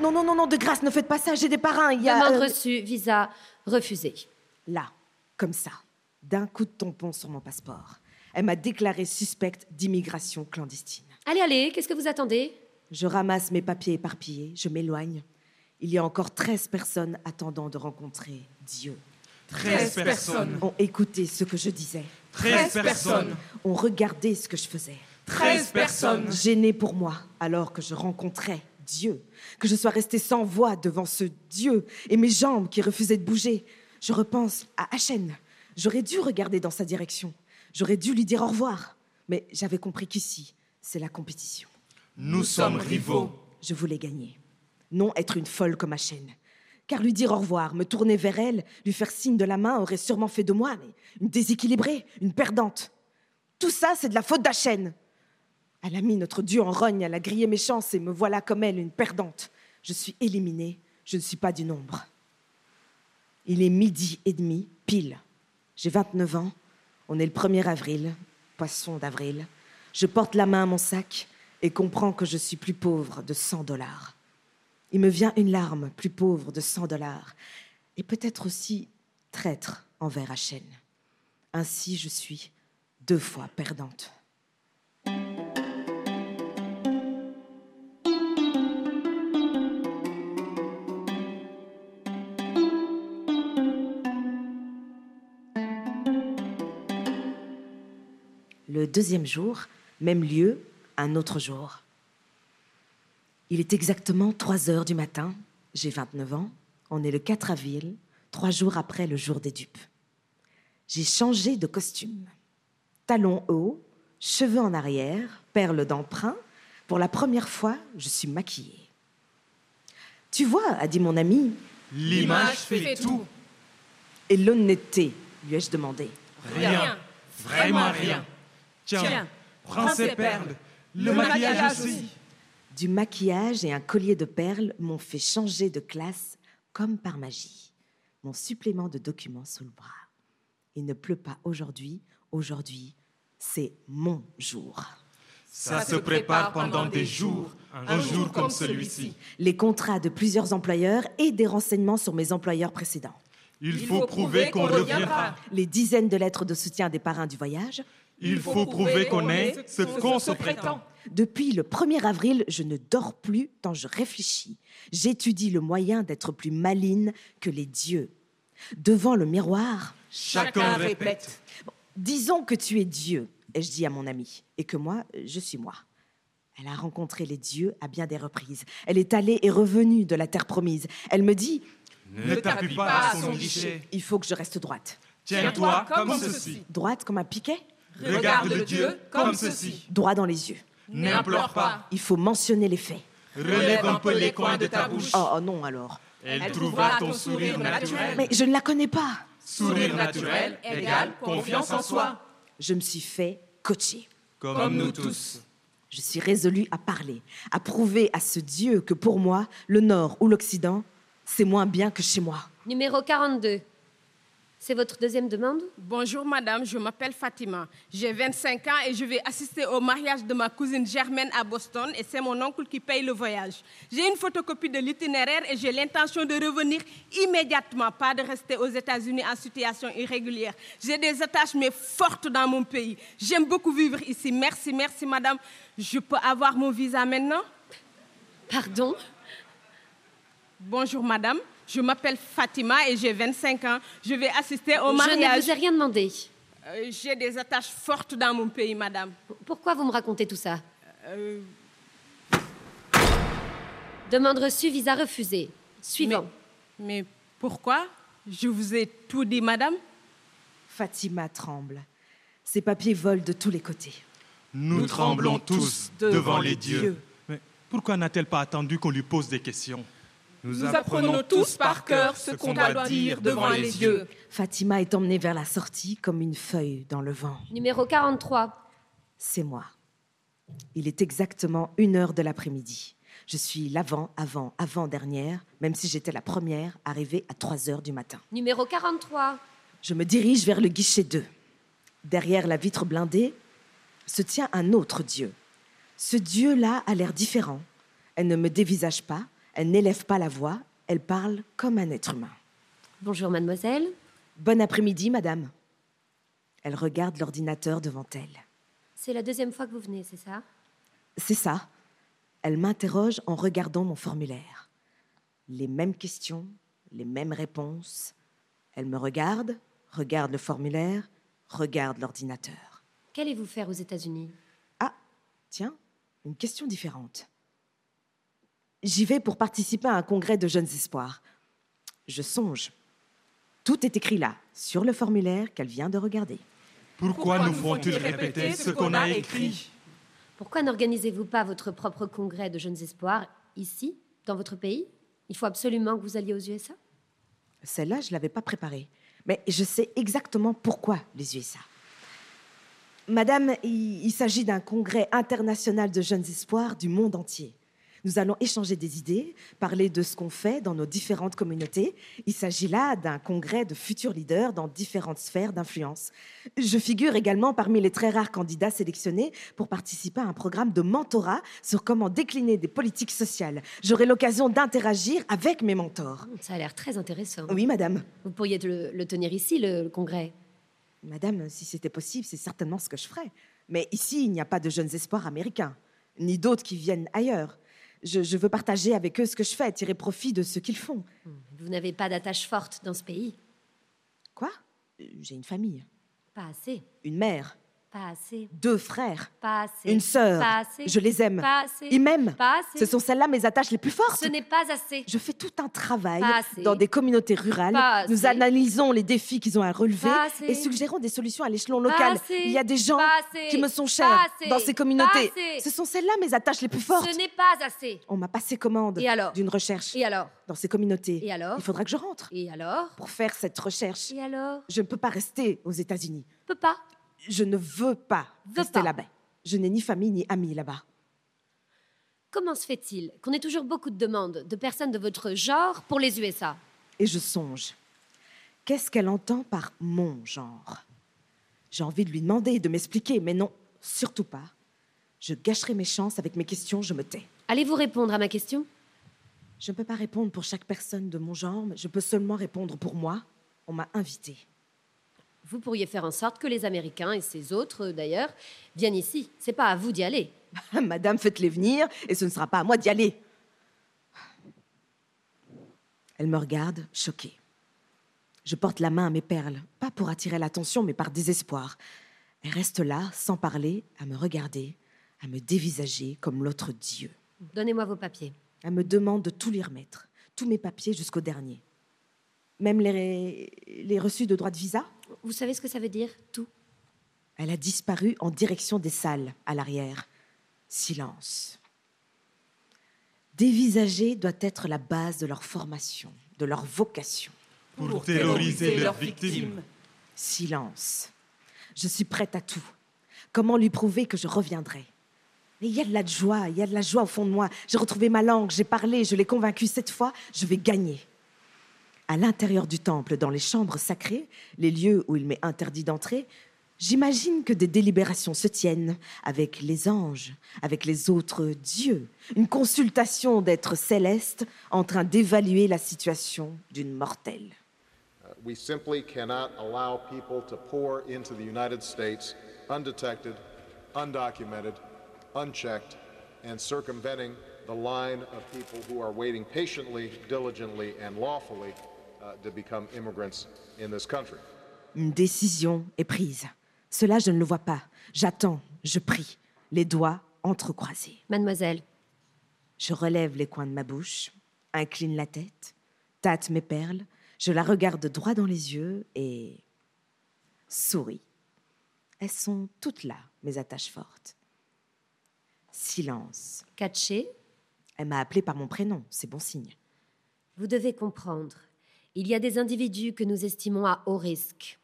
Non, non, non, non, de grâce, ne faites pas ça, j'ai des parrains. Il y a. Demande euh, reçue, visa refusé. Là, comme ça, d'un coup de tampon sur mon passeport. Elle m'a déclarée suspecte d'immigration clandestine. Allez, allez, qu'est-ce que vous attendez Je ramasse mes papiers éparpillés, je m'éloigne. Il y a encore 13 personnes attendant de rencontrer Dieu. 13 personnes. ont écouté ce que je disais. 13 personnes. ont regardé ce que je faisais. 13 personnes. gênées pour moi alors que je rencontrais Dieu, que je sois restée sans voix devant ce Dieu et mes jambes qui refusaient de bouger. Je repense à Hachem. J'aurais dû regarder dans sa direction. J'aurais dû lui dire au revoir. Mais j'avais compris qu'ici, c'est la compétition. Nous sommes rivaux. Je voulais gagner. Non être une folle comme Hachem. Car lui dire au revoir, me tourner vers elle, lui faire signe de la main aurait sûrement fait de moi mais une déséquilibrée, une perdante. Tout ça, c'est de la faute d'Hachem. Elle a mis notre Dieu en rogne, elle a grillé mes chances et me voilà comme elle, une perdante. Je suis éliminée, je ne suis pas du nombre. Il est midi et demi, pile. J'ai 29 ans, on est le 1er avril, poisson d'avril. Je porte la main à mon sac et comprends que je suis plus pauvre de 100 dollars. Il me vient une larme, plus pauvre de 100 dollars, et peut-être aussi traître envers Hachem. Ainsi, je suis deux fois perdante. Le deuxième jour, même lieu, un autre jour. Il est exactement 3 heures du matin, j'ai 29 ans, on est le 4 avril, trois jours après le jour des dupes. J'ai changé de costume. Talons hauts, cheveux en arrière, perles d'emprunt. Pour la première fois, je suis maquillée. Tu vois, a dit mon ami, L'image fait tout. Et l'honnêteté, lui ai-je demandé. Rien. Vraiment rien. Tiens, prends ces perles. Le maquillage aussi. Du maquillage et un collier de perles m'ont fait changer de classe comme par magie. Mon supplément de documents sous le bras. Il ne pleut pas aujourd'hui. Aujourd'hui, c'est mon jour. Ça se prépare pendant des jours. Un jour comme celui-ci. Les contrats de plusieurs employeurs et des renseignements sur mes employeurs précédents. Il faut prouver qu'on reviendra. Les dizaines de lettres de soutien des parrains du voyage. Il faut prouver qu'on est ce qu'on se prétend. Depuis le 1er avril, je ne dors plus tant je réfléchis. J'étudie le moyen d'être plus maline que les dieux. Devant le miroir, Chacun répète. Bon, disons que tu es Dieu, ai-je dit à mon ami, et que moi, je suis moi. Elle a rencontré les dieux à bien des reprises. Elle est allée et revenue de la terre promise. Elle me dit Ne t'appuie pas à son guichet. Il faut que je reste droite. Tiens-toi comme ceci. Droite comme un piquet Regarde le Dieu comme ceci. Droit dans les yeux. N'implore pas. Il faut mentionner les faits. Relève un peu les coins de ta bouche. Oh, oh non alors. Elle trouvera ton sourire naturel. Mais je ne la connais pas. Sourire naturel égale confiance en soi. Je me suis fait coacher. Comme nous tous. Je suis résolue à parler, à prouver à ce Dieu que pour moi, le Nord ou l'Occident, c'est moins bien que chez moi. Numéro 42. C'est votre deuxième demande Bonjour madame, je m'appelle Fatima. J'ai 25 ans et je vais assister au mariage de ma cousine Germaine à Boston et c'est mon oncle qui paye le voyage. J'ai une photocopie de l'itinéraire et j'ai l'intention de revenir immédiatement, pas de rester aux États-Unis en situation irrégulière. J'ai des attaches mais fortes dans mon pays. J'aime beaucoup vivre ici. Merci, merci madame. Je peux avoir mon visa maintenant Pardon Bonjour madame, je m'appelle Fatima et j'ai 25 ans. Je vais assister au Je ne mariage. vous ai rien demandé. Euh, J'ai des attaches fortes dans mon pays, madame. Pourquoi vous me racontez tout ça Euh, Demande reçue, visa refusé. Suivant. mais pourquoi Je vous ai tout dit, madame. Fatima tremble. Ses papiers volent de tous les côtés. Nous tremblons tous devant les dieux. Mais pourquoi n'a-t-elle pas attendu qu'on lui pose des questions Nous apprenons tous par cœur ce qu'on doit dire devant les yeux. Fatima est emmenée vers la sortie comme une feuille dans le vent. Numéro 43. C'est moi. Il est exactement une heure de l'après-midi. Je suis l'avant, avant, avant-dernière, même si j'étais la première arrivée à 3 heures du matin. Numéro 43. Je me dirige vers le guichet 2. Derrière la vitre blindée se tient un autre Dieu. Ce Dieu-là a l'air différent. Elle ne me dévisage pas, elle n'élève pas la voix, elle parle comme un être humain. Bonjour mademoiselle. Bon après-midi, madame. Elle regarde l'ordinateur devant elle. C'est la deuxième fois que vous venez, c'est ça C'est ça. Elle m'interroge en regardant mon formulaire. Les mêmes questions, les mêmes réponses. Elle me regarde, regarde le formulaire, regarde l'ordinateur. Qu'allez-vous faire aux États-Unis Tiens, une question différente. J'y vais pour participer à un congrès de jeunes espoirs. Je songe. Tout est écrit là, sur le formulaire qu'elle vient de regarder. Pourquoi, nous font-ils répéter ce qu'on a écrit Pourquoi n'organisez-vous pas votre propre congrès de jeunes espoirs ici, dans votre pays Il faut absolument que vous alliez aux USA Celle-là, je ne l'avais pas préparée. Mais je sais exactement pourquoi les USA. Madame, il, il s'agit d'un congrès international de jeunes espoirs du monde entier. Nous allons échanger des idées, parler de ce qu'on fait dans nos différentes communautés. Il s'agit là d'un congrès de futurs leaders dans différentes sphères d'influence. Je figure également parmi les très rares candidats sélectionnés pour participer à un programme de mentorat sur comment décliner des politiques sociales. J'aurai l'occasion d'interagir avec mes mentors. Ça a l'air très intéressant. Oui, madame. Vous pourriez le, le tenir ici, le, le congrès Madame, si c'était possible, c'est certainement ce que je ferais. Mais ici, il n'y a pas de jeunes espoirs américains, ni d'autres qui viennent ailleurs. Je, je veux partager avec eux ce que je fais, tirer profit de ce qu'ils font. Vous n'avez pas d'attache forte dans ce pays Quoi Euh, J'ai une famille, Pas assez. une mère, Pas assez. deux frères, Pas assez. une sœur. Pas assez. Je les aime. Pas assez. Ils m'aiment. Pas assez. Ce sont celles-là mes attaches les plus fortes. Ce n'est pas assez. Je fais tout un travail Pas assez. dans des communautés rurales. Pas assez. Nous analysons les défis qu'ils ont à relever Pas assez. et suggérons des solutions à l'échelon Pas local. assez. Il y a des gens Pas assez. qui me sont Pas chers assez. dans ces communautés. Pas Ce assez. sont celles-là mes attaches les plus fortes. Ce n'est pas assez. On m'a passé commande Et alors d'une recherche Et alors dans ces communautés. Et alors Il faudra que je rentre Et alors pour faire cette recherche. Et alors Je ne peux pas rester aux États-Unis. Peut pas. Je ne veux pas rester là-bas. Je n'ai ni famille ni amis là-bas. Comment se fait-il qu'on ait toujours beaucoup de demandes de personnes de votre genre pour les USA et je songe. Qu'est-ce qu'elle entend par mon genre J'ai envie de lui demander et de m'expliquer, mais non, surtout pas. Je gâcherai mes chances avec mes questions, je me tais. Allez-vous répondre à ma question Je ne peux pas répondre pour chaque personne de mon genre, mais je peux seulement répondre pour moi. On m'a invitée. Vous pourriez faire en sorte que les Américains et ces autres, euh, d'ailleurs, viennent ici. C'est pas à vous d'y aller. Ah, Madame, faites-les venir et ce ne sera pas à moi d'y aller. Elle me regarde, choquée. Je porte la main à mes perles, pas pour attirer l'attention, mais par désespoir. Elle reste là, sans parler, à me regarder, à me dévisager comme l'autre Dieu. Donnez-moi vos papiers. Elle me demande de tout lui remettre, tous mes papiers jusqu'au dernier. Même les, les reçus de droit de visa Vous savez ce que ça veut dire Tout. Elle a disparu en direction des salles, à l'arrière. Silence. Dévisager doit être la base de leur formation, de leur vocation. Pour terroriser leurs victimes. Silence. Je suis prête à tout. Comment lui prouver que je reviendrai Mais il y a de la joie, il y a de la joie au fond de moi. J'ai retrouvé ma langue, j'ai parlé, je l'ai convaincu cette fois, je vais gagner. À l'intérieur du temple, dans les chambres sacrées, les lieux où il m'est interdit d'entrer, j'imagine que des délibérations se tiennent avec les anges, avec les autres dieux, une consultation d'êtres célestes en train d'évaluer la situation d'une mortelle. Uh, We simply cannot allow people to pour into the United States undetected, undocumented, unchecked, and circumventing the line of people who are waiting patiently, diligently, and lawfully uh, to become immigrants in this country. Une décision est prise. Cela, je ne le vois pas. J'attends, je prie, les doigts entrecroisés. Mademoiselle. Je relève les coins de ma bouche, incline la tête, tâte mes perles, je la regarde droit dans les yeux et souris. Elles sont toutes là, mes attaches fortes. Silence. Catché Elle m'a appelée par mon prénom, c'est bon signe. Vous devez comprendre. Il y a des individus que nous estimons à haut risque.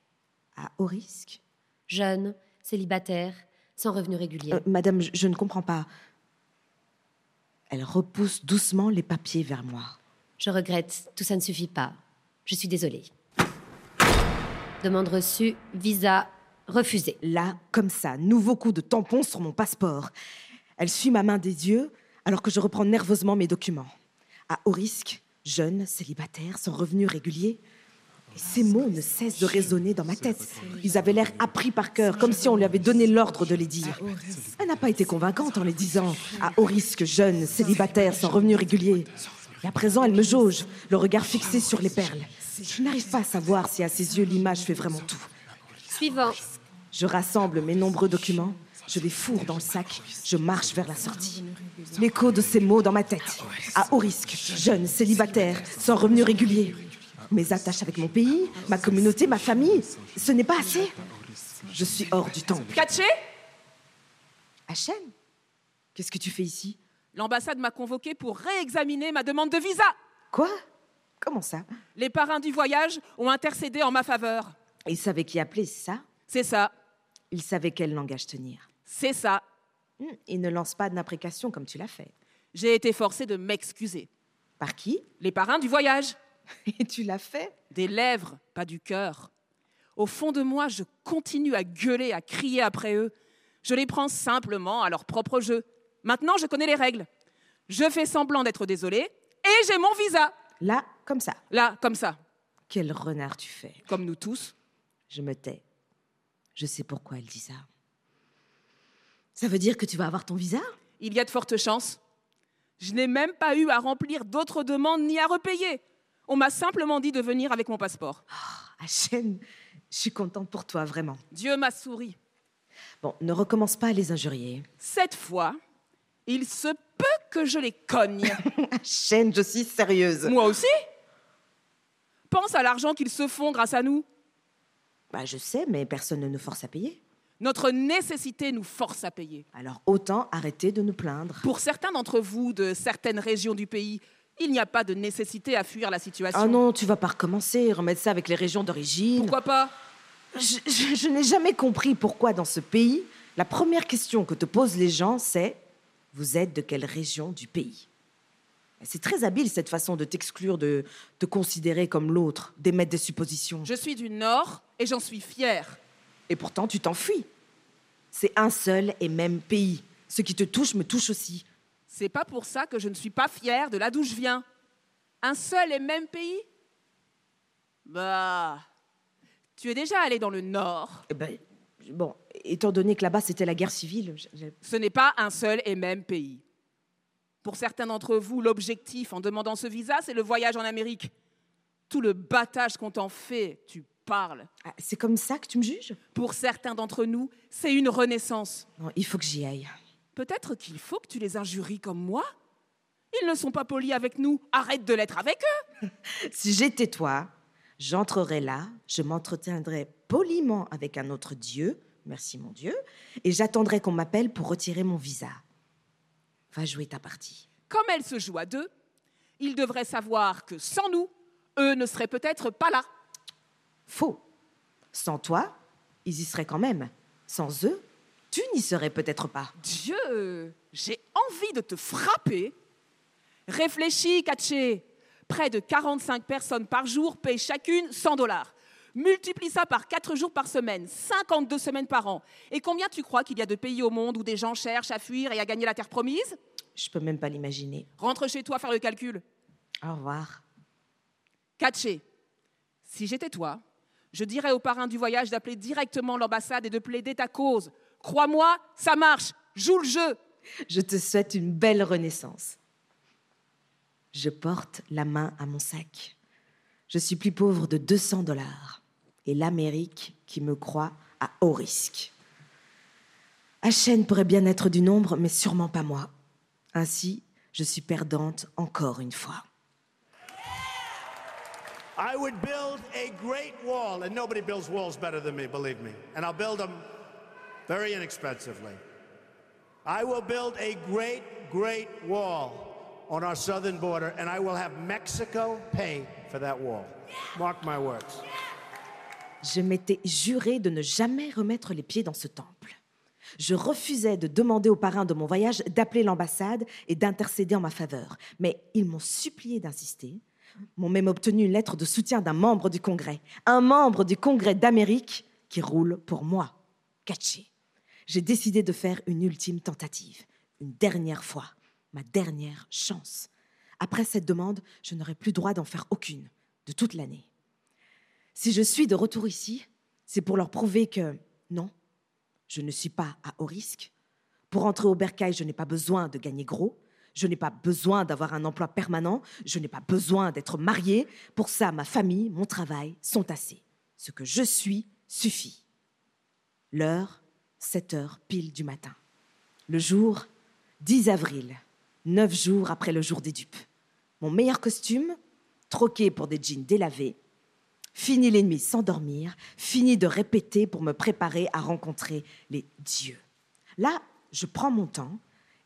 À haut risque Jeunes, célibataires, sans revenus réguliers. Euh, madame, je, je ne comprends pas. Elle repousse doucement les papiers vers moi. Je regrette, tout ça ne suffit pas. Je suis désolée. Demande reçue, visa refusé. Là, comme ça, nouveau coup de tampon sur mon passeport. Elle suit ma main des yeux alors que je reprends nerveusement mes documents. À haut risque, jeune, célibataire, sans revenu régulier. Et ces mots ne cessent de résonner dans ma tête. Ils avaient l'air appris par cœur, comme si on lui avait donné l'ordre de les dire. Elle n'a pas été convaincante en les disant. À haut risque, jeune, célibataire, sans revenu régulier. Et à présent, elle me jauge, le regard fixé sur les perles. Je n'arrive pas à savoir si à ses yeux l'image fait vraiment tout. Suivant. Je rassemble mes nombreux documents, je les fourre dans le sac, je marche vers la sortie. l'écho de ces mots dans ma tête. À haut risque, jeune, célibataire, sans revenu régulier. Mes attaches avec mon pays, ma communauté, ma famille, ce n'est pas assez. Je suis hors du temps. Katché Hachem Qu'est-ce que tu fais ici L'ambassade m'a convoqué pour réexaminer ma demande de visa. Quoi Comment ça Les parrains du voyage ont intercédé en ma faveur. Ils savaient qui appeler, c'est ça C'est ça. Ils savaient quel langage tenir. C'est ça. Ils ne lancent pas d'imprécation comme tu l'as fait. J'ai été forcée de m'excuser. Par qui Les parrains du voyage. Et tu l'as fait Des lèvres, pas du cœur. Au fond de moi, je continue à gueuler, à crier après eux. Je les prends simplement à leur propre jeu. Maintenant, je connais les règles. Je fais semblant d'être désolée et j'ai mon visa. Là, comme ça. Là, comme ça. Quel renard tu fais Comme nous tous. Je me tais. Je sais pourquoi elle dit ça. Ça veut dire que tu vas avoir ton visa Il y a de fortes chances. Je n'ai même pas eu à remplir d'autres demandes ni à repayer. On m'a simplement dit de venir avec mon passeport. Oh, Hachem, je suis contente pour toi, vraiment. Dieu m'a souri. Bon, ne recommence pas à les injurier. Cette fois, il se peut que je les cogne. Hachem, je suis sérieuse. Moi aussi Pense à l'argent qu'ils se font grâce à nous. Bah, je sais, mais personne ne nous force à payer. Notre nécessité nous force à payer. Alors autant arrêter de nous plaindre. Pour certains d'entre vous de certaines régions du pays, il n'y a pas de nécessité à fuir la situation. Ah non, tu vas pas recommencer, remettre ça avec les régions d'origine. Pourquoi pas Je, je- je n'ai jamais compris pourquoi dans ce pays, la première question que te posent les gens, c'est vous êtes de quelle région du pays C'est très habile cette façon de t'exclure, de te considérer comme l'autre, d'émettre des suppositions. Je suis du Nord et j'en suis fière. Et pourtant, tu t'enfuis. C'est un seul et même pays. Ce qui te touche me touche aussi. C'est pas pour ça que je ne suis pas fière de là d'où je viens. Un seul et même pays Bah. Tu es déjà allé dans le Nord. Eh ben, bon, étant donné que là-bas c'était la guerre civile, j- j'ai- Ce n'est pas un seul et même pays. Pour certains d'entre vous, l'objectif en demandant ce visa, c'est le voyage en Amérique. Tout le battage qu'on t'en fait, tu parles. Ah, c'est comme ça que tu me juges Pour certains d'entre nous, c'est une renaissance. Non, il faut que j'y aille. Peut-être qu'il faut que tu les injuries comme moi. Ils ne sont pas polis avec nous. Arrête de l'être avec eux. Si j'étais toi, j'entrerais là, je m'entretiendrais poliment avec un autre Dieu, merci mon Dieu, et j'attendrais qu'on m'appelle pour retirer mon visa. Va jouer ta partie. Comme elle se joue à deux, ils devraient savoir que sans nous, eux ne seraient peut-être pas là. Faux. Sans toi, ils y seraient quand même. Sans eux, tu n'y serais peut-être pas. Dieu, j'ai envie de te frapper. Réfléchis, Katché. Près de 45 personnes par jour paient chacune 100 dollars. Multiplie ça par 4 jours par semaine, 52 semaines par an. Et combien tu crois qu'il y a de pays au monde où des gens cherchent à fuir et à gagner la terre promise Je peux même pas l'imaginer. Rentre chez toi faire le calcul. Au revoir. Katché, si j'étais toi, je dirais aux parrains du voyage d'appeler directement l'ambassade et de plaider ta cause. Crois-moi, ça marche. Joue le jeu. Je te souhaite une belle renaissance. Je porte la main à mon sac. Je suis plus pauvre de 200 dollars. Et l'Amérique qui me croit à haut risque. Hachène pourrait bien être du nombre, mais sûrement pas moi. Ainsi, je suis perdante encore une fois. I would build a great wall, and nobody builds walls better than me, believe me. And I'll build them very inexpensively. I will build a great, great wall on our southern border, and I will have Mexico pay for that wall. Mark my words. Je m'étais juré de ne jamais remettre les pieds dans ce temple. Je refusais de demander aux parrains de mon voyage d'appeler l'ambassade et d'intercéder en ma faveur, mais ils m'ont supplié d'insister, m'ont même obtenu une lettre de soutien d'un membre du Congrès, un membre du Congrès d'Amérique qui roule pour moi. Catché. J'ai décidé de faire une ultime tentative, une dernière fois, ma dernière chance. Après cette demande, je n'aurai plus droit d'en faire aucune, de toute l'année. Si je suis de retour ici, c'est pour leur prouver que non, je ne suis pas à haut risque. Pour entrer au bercail, je n'ai pas besoin de gagner gros. Je n'ai pas besoin d'avoir un emploi permanent. Je n'ai pas besoin d'être mariée. Pour ça, ma famille, mon travail sont assez. Ce que je suis suffit. L'heure, 7 heures pile du matin. Le jour, 10 avril neuf jours après le jour des dupes. Mon meilleur costume, troqué pour des jeans délavés. Fini les nuits sans dormir, fini de répéter pour me préparer à rencontrer les dieux. Là, je prends mon temps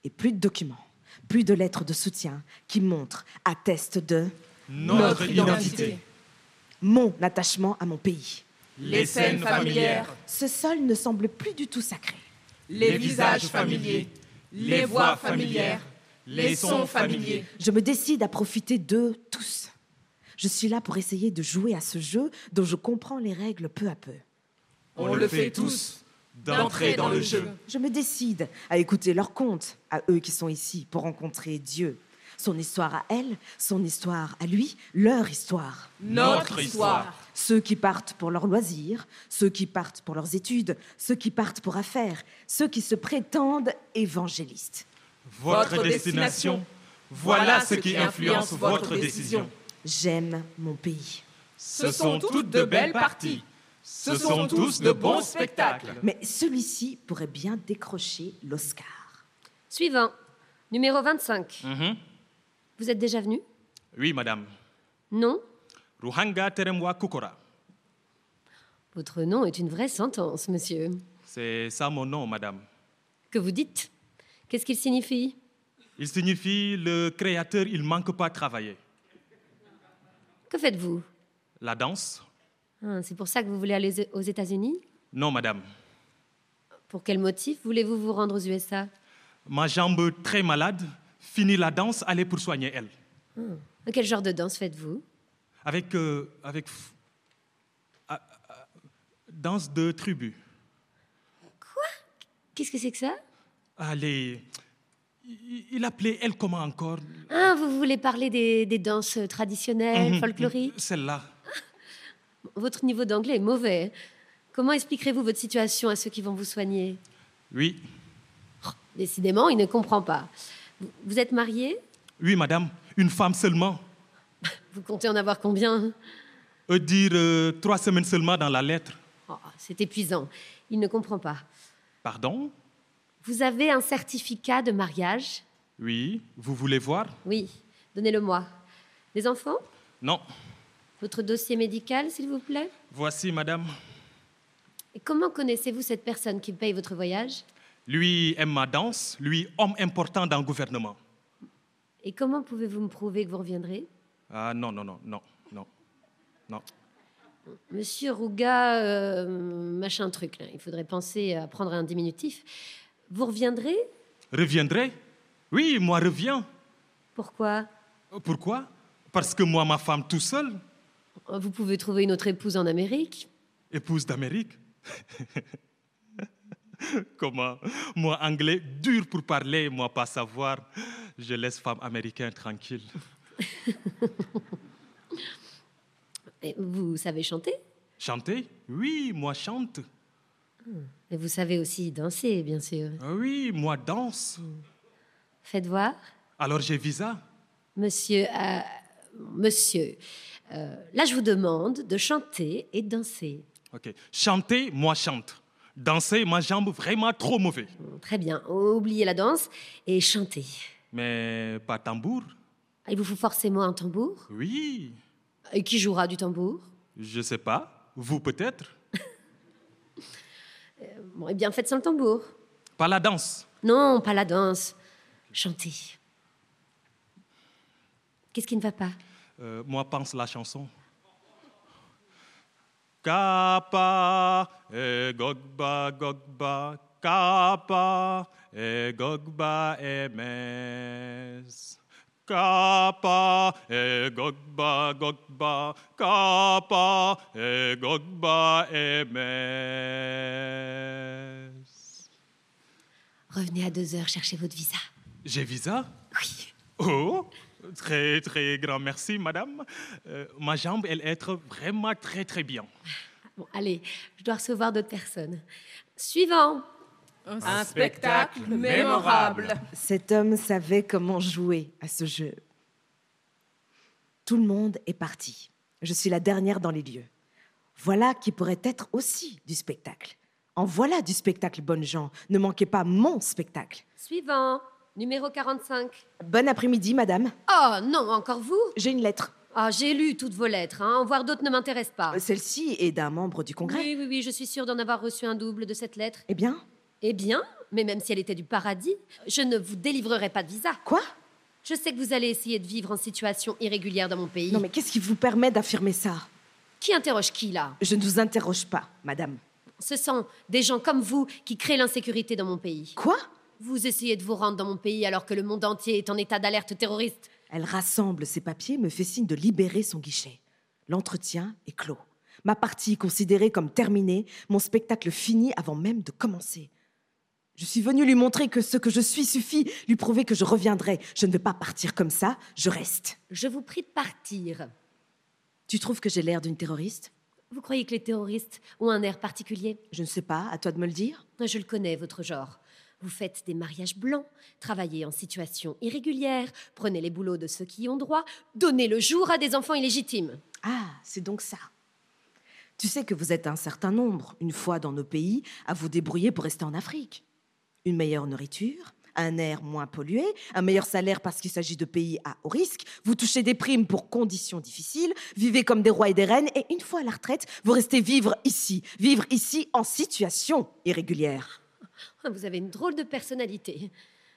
et plus de documents, plus de lettres de soutien qui montrent, attestent de Notre identité. mon attachement à mon pays. Les scènes familières. Ce sol ne semble plus du tout sacré. Les visages familiers. Les voix familières. Les sons familiers. Je me décide à profiter d'eux tous. Je suis là pour essayer de jouer à ce jeu dont je comprends les règles peu à peu. On le fait tous d'entrer dans le jeu. Je me décide à écouter leurs contes, à eux qui sont ici pour rencontrer Dieu. Son histoire à elle, son histoire à lui, leur histoire. Notre histoire. Ceux qui partent pour leurs loisirs, ceux qui partent pour leurs études, ceux qui partent pour affaires, ceux qui se prétendent évangélistes. Votre destination. Voilà ce qui influence votre décision. J'aime mon pays. Ce sont toutes de belles parties. Ce sont tous de bons spectacles. Mais celui-ci pourrait bien décrocher l'Oscar. Suivant, numéro 25. Mhm. Vous êtes déjà venu Oui, madame. Non Ruhanga Teremwa Kukora. Votre nom est une vraie sentence, monsieur. C'est ça mon nom, madame. Que vous dites Qu'est-ce qu'il signifie Il signifie le créateur, il manque pas travailler. Que faites-vous La danse Ah, C'est pour ça que vous voulez aller aux États-Unis Non, madame. Pour quel motif voulez-vous vous rendre aux USA Ma jambe très malade, fini la danse, allez pour soigner elle. Hmm. Quel genre de danse faites-vous Avec. euh, avec. f- ah, ah, danse de tribu. Qu'est-ce que c'est que ça Allez. Il il appelait elle comment encore Ah, vous voulez parler des, des danses traditionnelles, Mhm, folkloriques Celle-là. Votre niveau d'anglais est mauvais. hein. Comment expliquerez-vous votre situation à ceux qui vont vous soigner Oui. Décidément, il ne comprend pas. Vous- Vous êtes marié Oui, madame. Une femme seulement. Vous comptez en avoir combien Eux dire euh, trois semaines seulement dans la lettre. Oh, C'est épuisant. Il ne comprend pas. Pardon Vous avez un certificat de mariage Oui. Vous voulez voir Oui. Donnez-le-moi. Des enfants Non. Votre dossier médical, s'il vous plaît Voici, madame. Et comment connaissez-vous cette personne qui paye votre voyage Lui aime ma danse, lui homme important dans le gouvernement. Et comment pouvez-vous me prouver que vous reviendrez Ah non, non, non, non, non, non. Monsieur Rouga, euh, machin truc, là. il faudrait penser à prendre un diminutif. Vous reviendrez Reviendrai Oui, moi reviens. Pourquoi Pourquoi Parce que moi, ma femme tout seul, Vous pouvez trouver une autre épouse en Amérique. épouse d'Amérique. Comment Moi, anglais, dur pour parler, moi, pas savoir. Je laisse femme américaine tranquille. Et vous savez chanter Chanter Oui, moi, chante. Et vous savez aussi danser, bien sûr. Ah Oui, moi, danse. Faites voir. Alors, j'ai visa Monsieur, euh, monsieur, euh, là je vous demande de chanter et de danser. Ok. Chanter, moi, chante. Danser, ma jambe vraiment trop mauvais. Très bien, oubliez la danse et chantez. Mais pas tambour Il vous faut forcément un tambour. Oui, Et qui jouera du tambour je sais pas. Vous peut-être Bon, eh bien faites sans le tambour. Pas la danse. Non, pas la danse. Chantez. Qu'est-ce qui ne va pas Euh, moi, pense la chanson. Kappa et Gogba, Gogba, Kappa et Gogba et Mes. Kappa et Gogba, Gogba, Kappa et Gogba et Mes. Revenez à deux heures chercher votre visa. J'ai visa Oui. Oh, très très grand merci, madame. Euh, ma jambe, elle est vraiment très très bien. Bon, allez, je dois recevoir d'autres personnes. Suivant. Un spectacle mémorable. Cet homme savait comment jouer à ce jeu. Tout le monde est parti. Je suis la dernière dans les lieux. Voilà qui pourrait être aussi du spectacle. En voilà du spectacle, bonnes gens. Ne manquez pas mon spectacle. Suivant. Numéro 45. Bon après-midi, madame. Oh non, encore vous J'ai une lettre. Ah, j'ai lu toutes vos lettres, hein. en voir d'autres ne m'intéressent pas. Euh, Celle-ci est d'un membre du Congrès. Oui, oui, oui, je suis sûre d'en avoir reçu un double de cette lettre. Eh bien Eh bien, mais même si elle était du paradis, je ne vous délivrerai pas de visa. Quoi Je sais que vous allez essayer de vivre en situation irrégulière dans mon pays. Non, mais qu'est-ce qui vous permet d'affirmer ça Qui interroge qui, là Je ne vous interroge pas, madame. Ce sont des gens comme vous qui créent l'insécurité dans mon pays. Quoi Vous essayez de vous rendre dans mon pays alors que le monde entier est en état d'alerte terroriste. Elle rassemble ses papiers, me fait signe de libérer son guichet. L'entretien est clos. Ma partie considérée comme terminée, mon spectacle fini avant même de commencer. Je suis venue lui montrer que ce que je suis suffit, lui prouver que je reviendrai. Je ne vais pas partir comme ça, je reste. Je vous prie de partir. Tu trouves que j'ai l'air d'une terroriste Vous croyez que les terroristes ont un air particulier Je ne sais pas, à toi de me le dire. Je le connais, votre genre. Vous faites des mariages blancs, travaillez en situation irrégulière, prenez les boulots de ceux qui y ont droit, donnez le jour à des enfants illégitimes. Ah, c'est donc ça. Tu sais que vous êtes un certain nombre, une fois dans nos pays, à vous débrouiller pour rester en Afrique. Une meilleure nourriture, un air moins pollué, un meilleur salaire parce qu'il s'agit de pays à haut risque, vous touchez des primes pour conditions difficiles, vivez comme des rois et des reines, et une fois à la retraite, vous restez vivre ici, vivre ici en situation irrégulière. Ah, Vous avez une drôle de personnalité.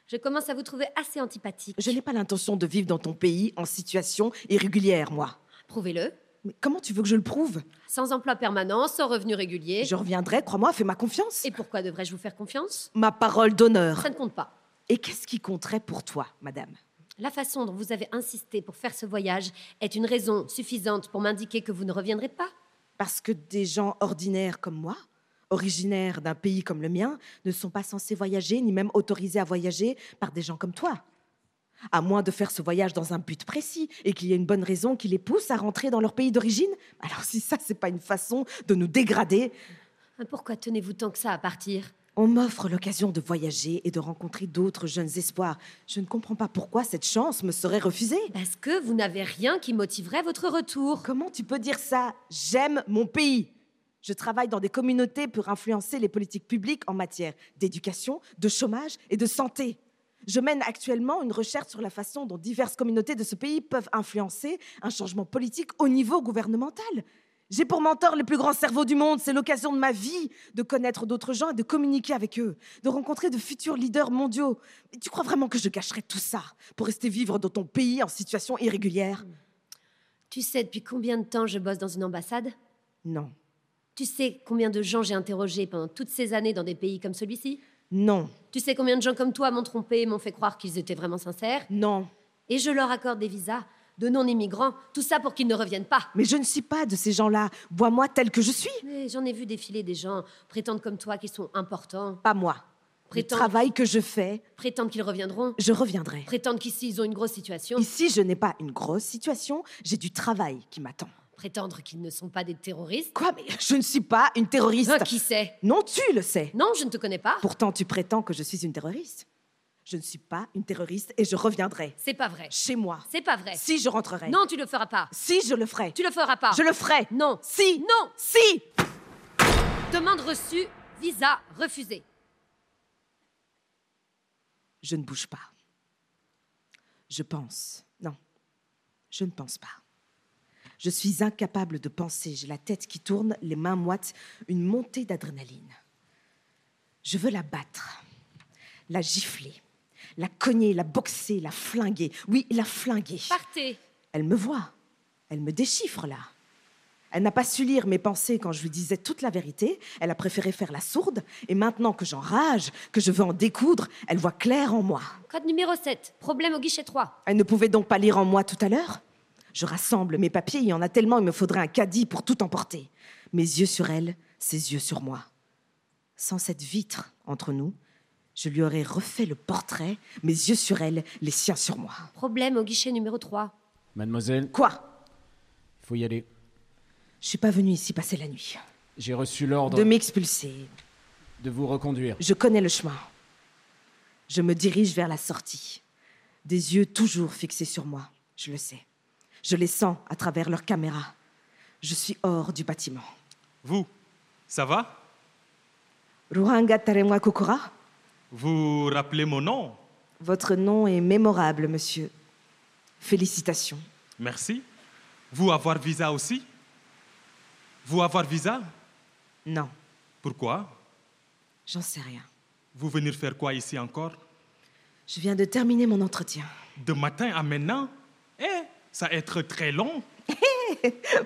Je commence à vous trouver assez antipathique. Je n'ai pas l'intention de vivre dans ton pays en situation irrégulière, moi. Prouvez-le. Mais comment tu veux que je le prouve Sans emploi permanent, sans revenu régulier. Je reviendrai, crois-moi, fais ma confiance. Et pourquoi devrais-je vous faire confiance Ma parole d'honneur. Ça ne compte pas. Et qu'est-ce qui compterait pour toi, madame La façon dont vous avez insisté pour faire ce voyage est une raison suffisante pour m'indiquer que vous ne reviendrez pas. Parce que des gens ordinaires comme moi originaires d'un pays comme le mien ne sont pas censés voyager, ni même autorisés à voyager par des gens comme toi. À moins de faire ce voyage dans un but précis et qu'il y ait une bonne raison qui les pousse à rentrer dans leur pays d'origine. Alors si ça, c'est pas une façon de nous dégrader. Ah, Pourquoi tenez-vous tant que ça à partir On m'offre l'occasion de voyager et de rencontrer d'autres jeunes espoirs. Je ne comprends pas pourquoi cette chance me serait refusée. Parce que vous n'avez rien qui motiverait votre retour. Comment tu peux dire ça J'aime mon pays. Je travaille dans des communautés pour influencer les politiques publiques en matière d'éducation, de chômage et de santé. Je mène actuellement une recherche sur la façon dont diverses communautés de ce pays peuvent influencer un changement politique au niveau gouvernemental. J'ai pour mentor les plus grands cerveaux du monde. C'est l'occasion de ma vie de connaître d'autres gens et de communiquer avec eux, de rencontrer de futurs leaders mondiaux. Mais tu crois vraiment que je gâcherais tout ça pour rester vivre dans ton pays en situation irrégulière Hmm. Tu sais depuis combien de temps je bosse dans une ambassade Non. Tu sais combien de gens j'ai interrogés pendant toutes ces années dans des pays comme celui-ci Non. Tu sais combien de gens comme toi m'ont trompé et m'ont fait croire qu'ils étaient vraiment sincères Non. Et je leur accorde des visas de non-immigrants, tout ça pour qu'ils ne reviennent pas. Mais je ne suis pas de ces gens-là. Vois-moi tel que je suis. Mais j'en ai vu défiler des gens prétendre comme toi qu'ils sont importants. Pas moi. Prétendre... Le travail que je fais. Prétendre qu'ils reviendront. Je reviendrai. Prétendre qu'ici ils ont une grosse situation. Ici je n'ai pas une grosse situation, j'ai du travail qui m'attend prétendre qu'ils ne sont pas des terroristes Quoi Mais je ne suis pas une terroriste. Ah, qui sait Non, tu le sais. Non, je ne te connais pas. Pourtant, tu prétends que je suis une terroriste. Je ne suis pas une terroriste et je reviendrai. C'est pas vrai. Chez moi. C'est pas vrai. Si je rentrerai. Non, tu le feras pas. Si je le ferai. Tu le feras pas. Je le ferai. Non. Si. Non. Si. Demande reçue, visa refusé. Je ne bouge pas. Je pense. Non. Je ne pense pas. Je suis incapable de penser, j'ai la tête qui tourne, les mains moites, une montée d'adrénaline. Je veux la battre, la gifler, la cogner, la boxer, la flinguer. Oui, la flinguer. Partez. Elle me voit, elle me déchiffre là. Elle n'a pas su lire mes pensées quand je lui disais toute la vérité, elle a préféré faire la sourde, et maintenant que j'enrage, que je veux en découdre, elle voit clair en moi. Code numéro 7, problème au guichet 3. Elle ne pouvait donc pas lire en moi tout à l'heure je rassemble mes papiers, il y en a tellement, il me faudrait un caddie pour tout emporter. Mes yeux sur elle, ses yeux sur moi. Sans cette vitre entre nous, je lui aurais refait le portrait, mes yeux sur elle, les siens sur moi. Problème au guichet numéro 3. Mademoiselle. Quoi Il faut y aller. Je suis pas venue ici passer la nuit. J'ai reçu l'ordre. De m'expulser. De vous reconduire. Je connais le chemin. Je me dirige vers la sortie. Des yeux toujours fixés sur moi, je le sais. Je les sens à travers leur caméra. Je suis hors du bâtiment. Vous, ça va Ruhanga Taremwa Kokora Vous rappelez mon nom Votre nom est mémorable, monsieur. Félicitations. Merci. Vous avoir visa aussi Vous avoir visa Non. Pourquoi J'en sais rien. Vous venir faire quoi ici encore Je viens de terminer mon entretien. De matin à maintenant Eh, ça va être très long.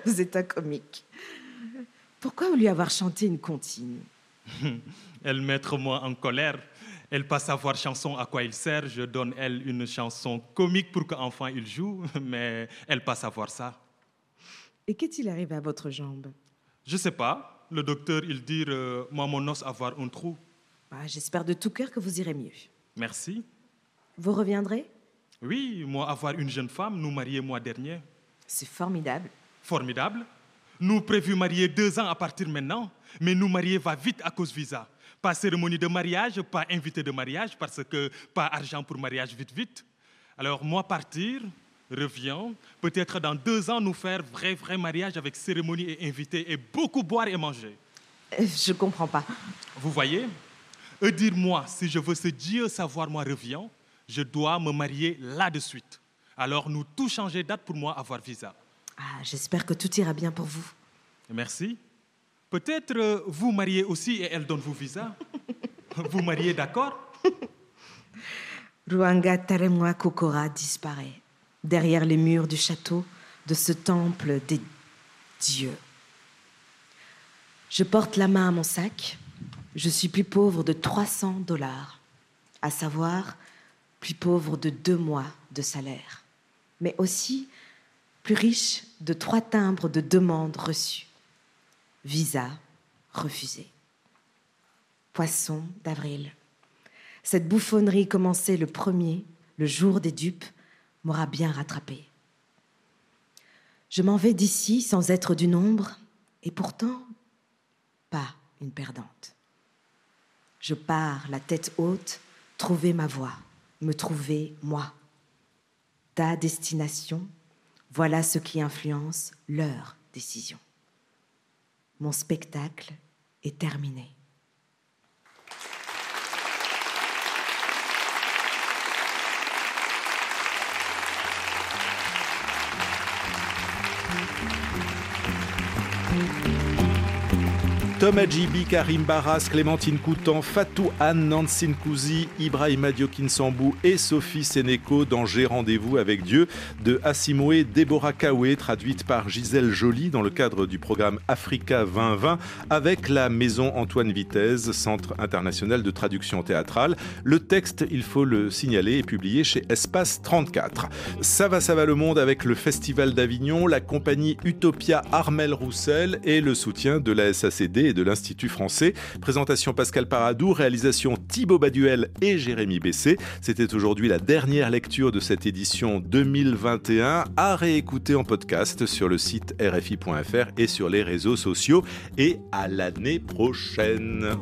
Vous êtes un comique. Pourquoi lui avoir chanté une comptine Elle mettre moi en colère. Elle passe à voir chanson à quoi il sert. Je donne elle une chanson comique pour qu'enfin il joue, mais elle passe à voir ça. Et qu'est-il arrivé à votre jambe Je sais pas. Le docteur, il dit, euh, moi, mon os avoir un trou. Bah, J'espère de tout cœur que vous irez mieux. Merci. Vous reviendrez Oui, moi, avoir une jeune femme, nous marier mois dernier. C'est formidable. Formidable. Nous prévu marier deux ans à partir maintenant, mais nous marier va vite à cause visa. Pas cérémonie de mariage, pas invité de mariage, parce que pas argent pour mariage vite vite. Alors moi partir, reviens, peut-être dans deux ans nous faire vrai vrai mariage avec cérémonie et invité et beaucoup boire et manger. Euh, Je comprends pas. Vous voyez Eux dire moi, si je veux ce Dieu savoir moi reviens, je dois me marier là de suite. Alors nous tout changer date pour moi avoir visa. Ah, J'espère que tout ira bien pour vous. Merci. Peut-être euh, vous mariez aussi et elle donne vous visa. vous mariez d'accord Ruanga Taremwa Kokora disparaît derrière les murs du château de ce temple des dieux. Je porte la main à mon sac. Je suis plus pauvre de 300 dollars, à savoir plus pauvre de deux mois de salaire, mais aussi plus riche de trois timbres de demandes reçues. Visa refusé. Poisson d'avril. Cette bouffonnerie commencée le premier, le jour des dupes, m'aura bien rattrapé. Je m'en vais d'ici sans être du nombre, et pourtant, pas une perdante. Je pars la tête haute, trouver ma voie, me trouver moi. Ta destination, voilà ce qui influence leur décision. Mon spectacle est terminé. Tom Adjibi, Karim Barras, Clémentine Coutan, Fatou Anne, Nancy Nkouzi, Ibrahima Diokinsambou et Sophie Sénéco dans J'ai rendez-vous avec Dieu de Asimoé Déborah Kawe, traduite par Gisèle Joly dans le cadre du programme Africa 2020 avec la maison Antoine Vitesse, Centre international de traduction théâtrale. Le texte, il faut le signaler, est publié chez Espace 34. Ça va, ça va le monde avec le Festival d'Avignon, la compagnie Utopia Armel Roussel et le soutien de la SACD et de l'Institut français. Présentation Pascal Paradou, réalisation Thibaut Baduel et Jérémy Bessé. C'était aujourd'hui la dernière lecture de cette édition 2021 à réécouter en podcast sur le site rfi.fr et sur les réseaux sociaux et à l'année prochaine.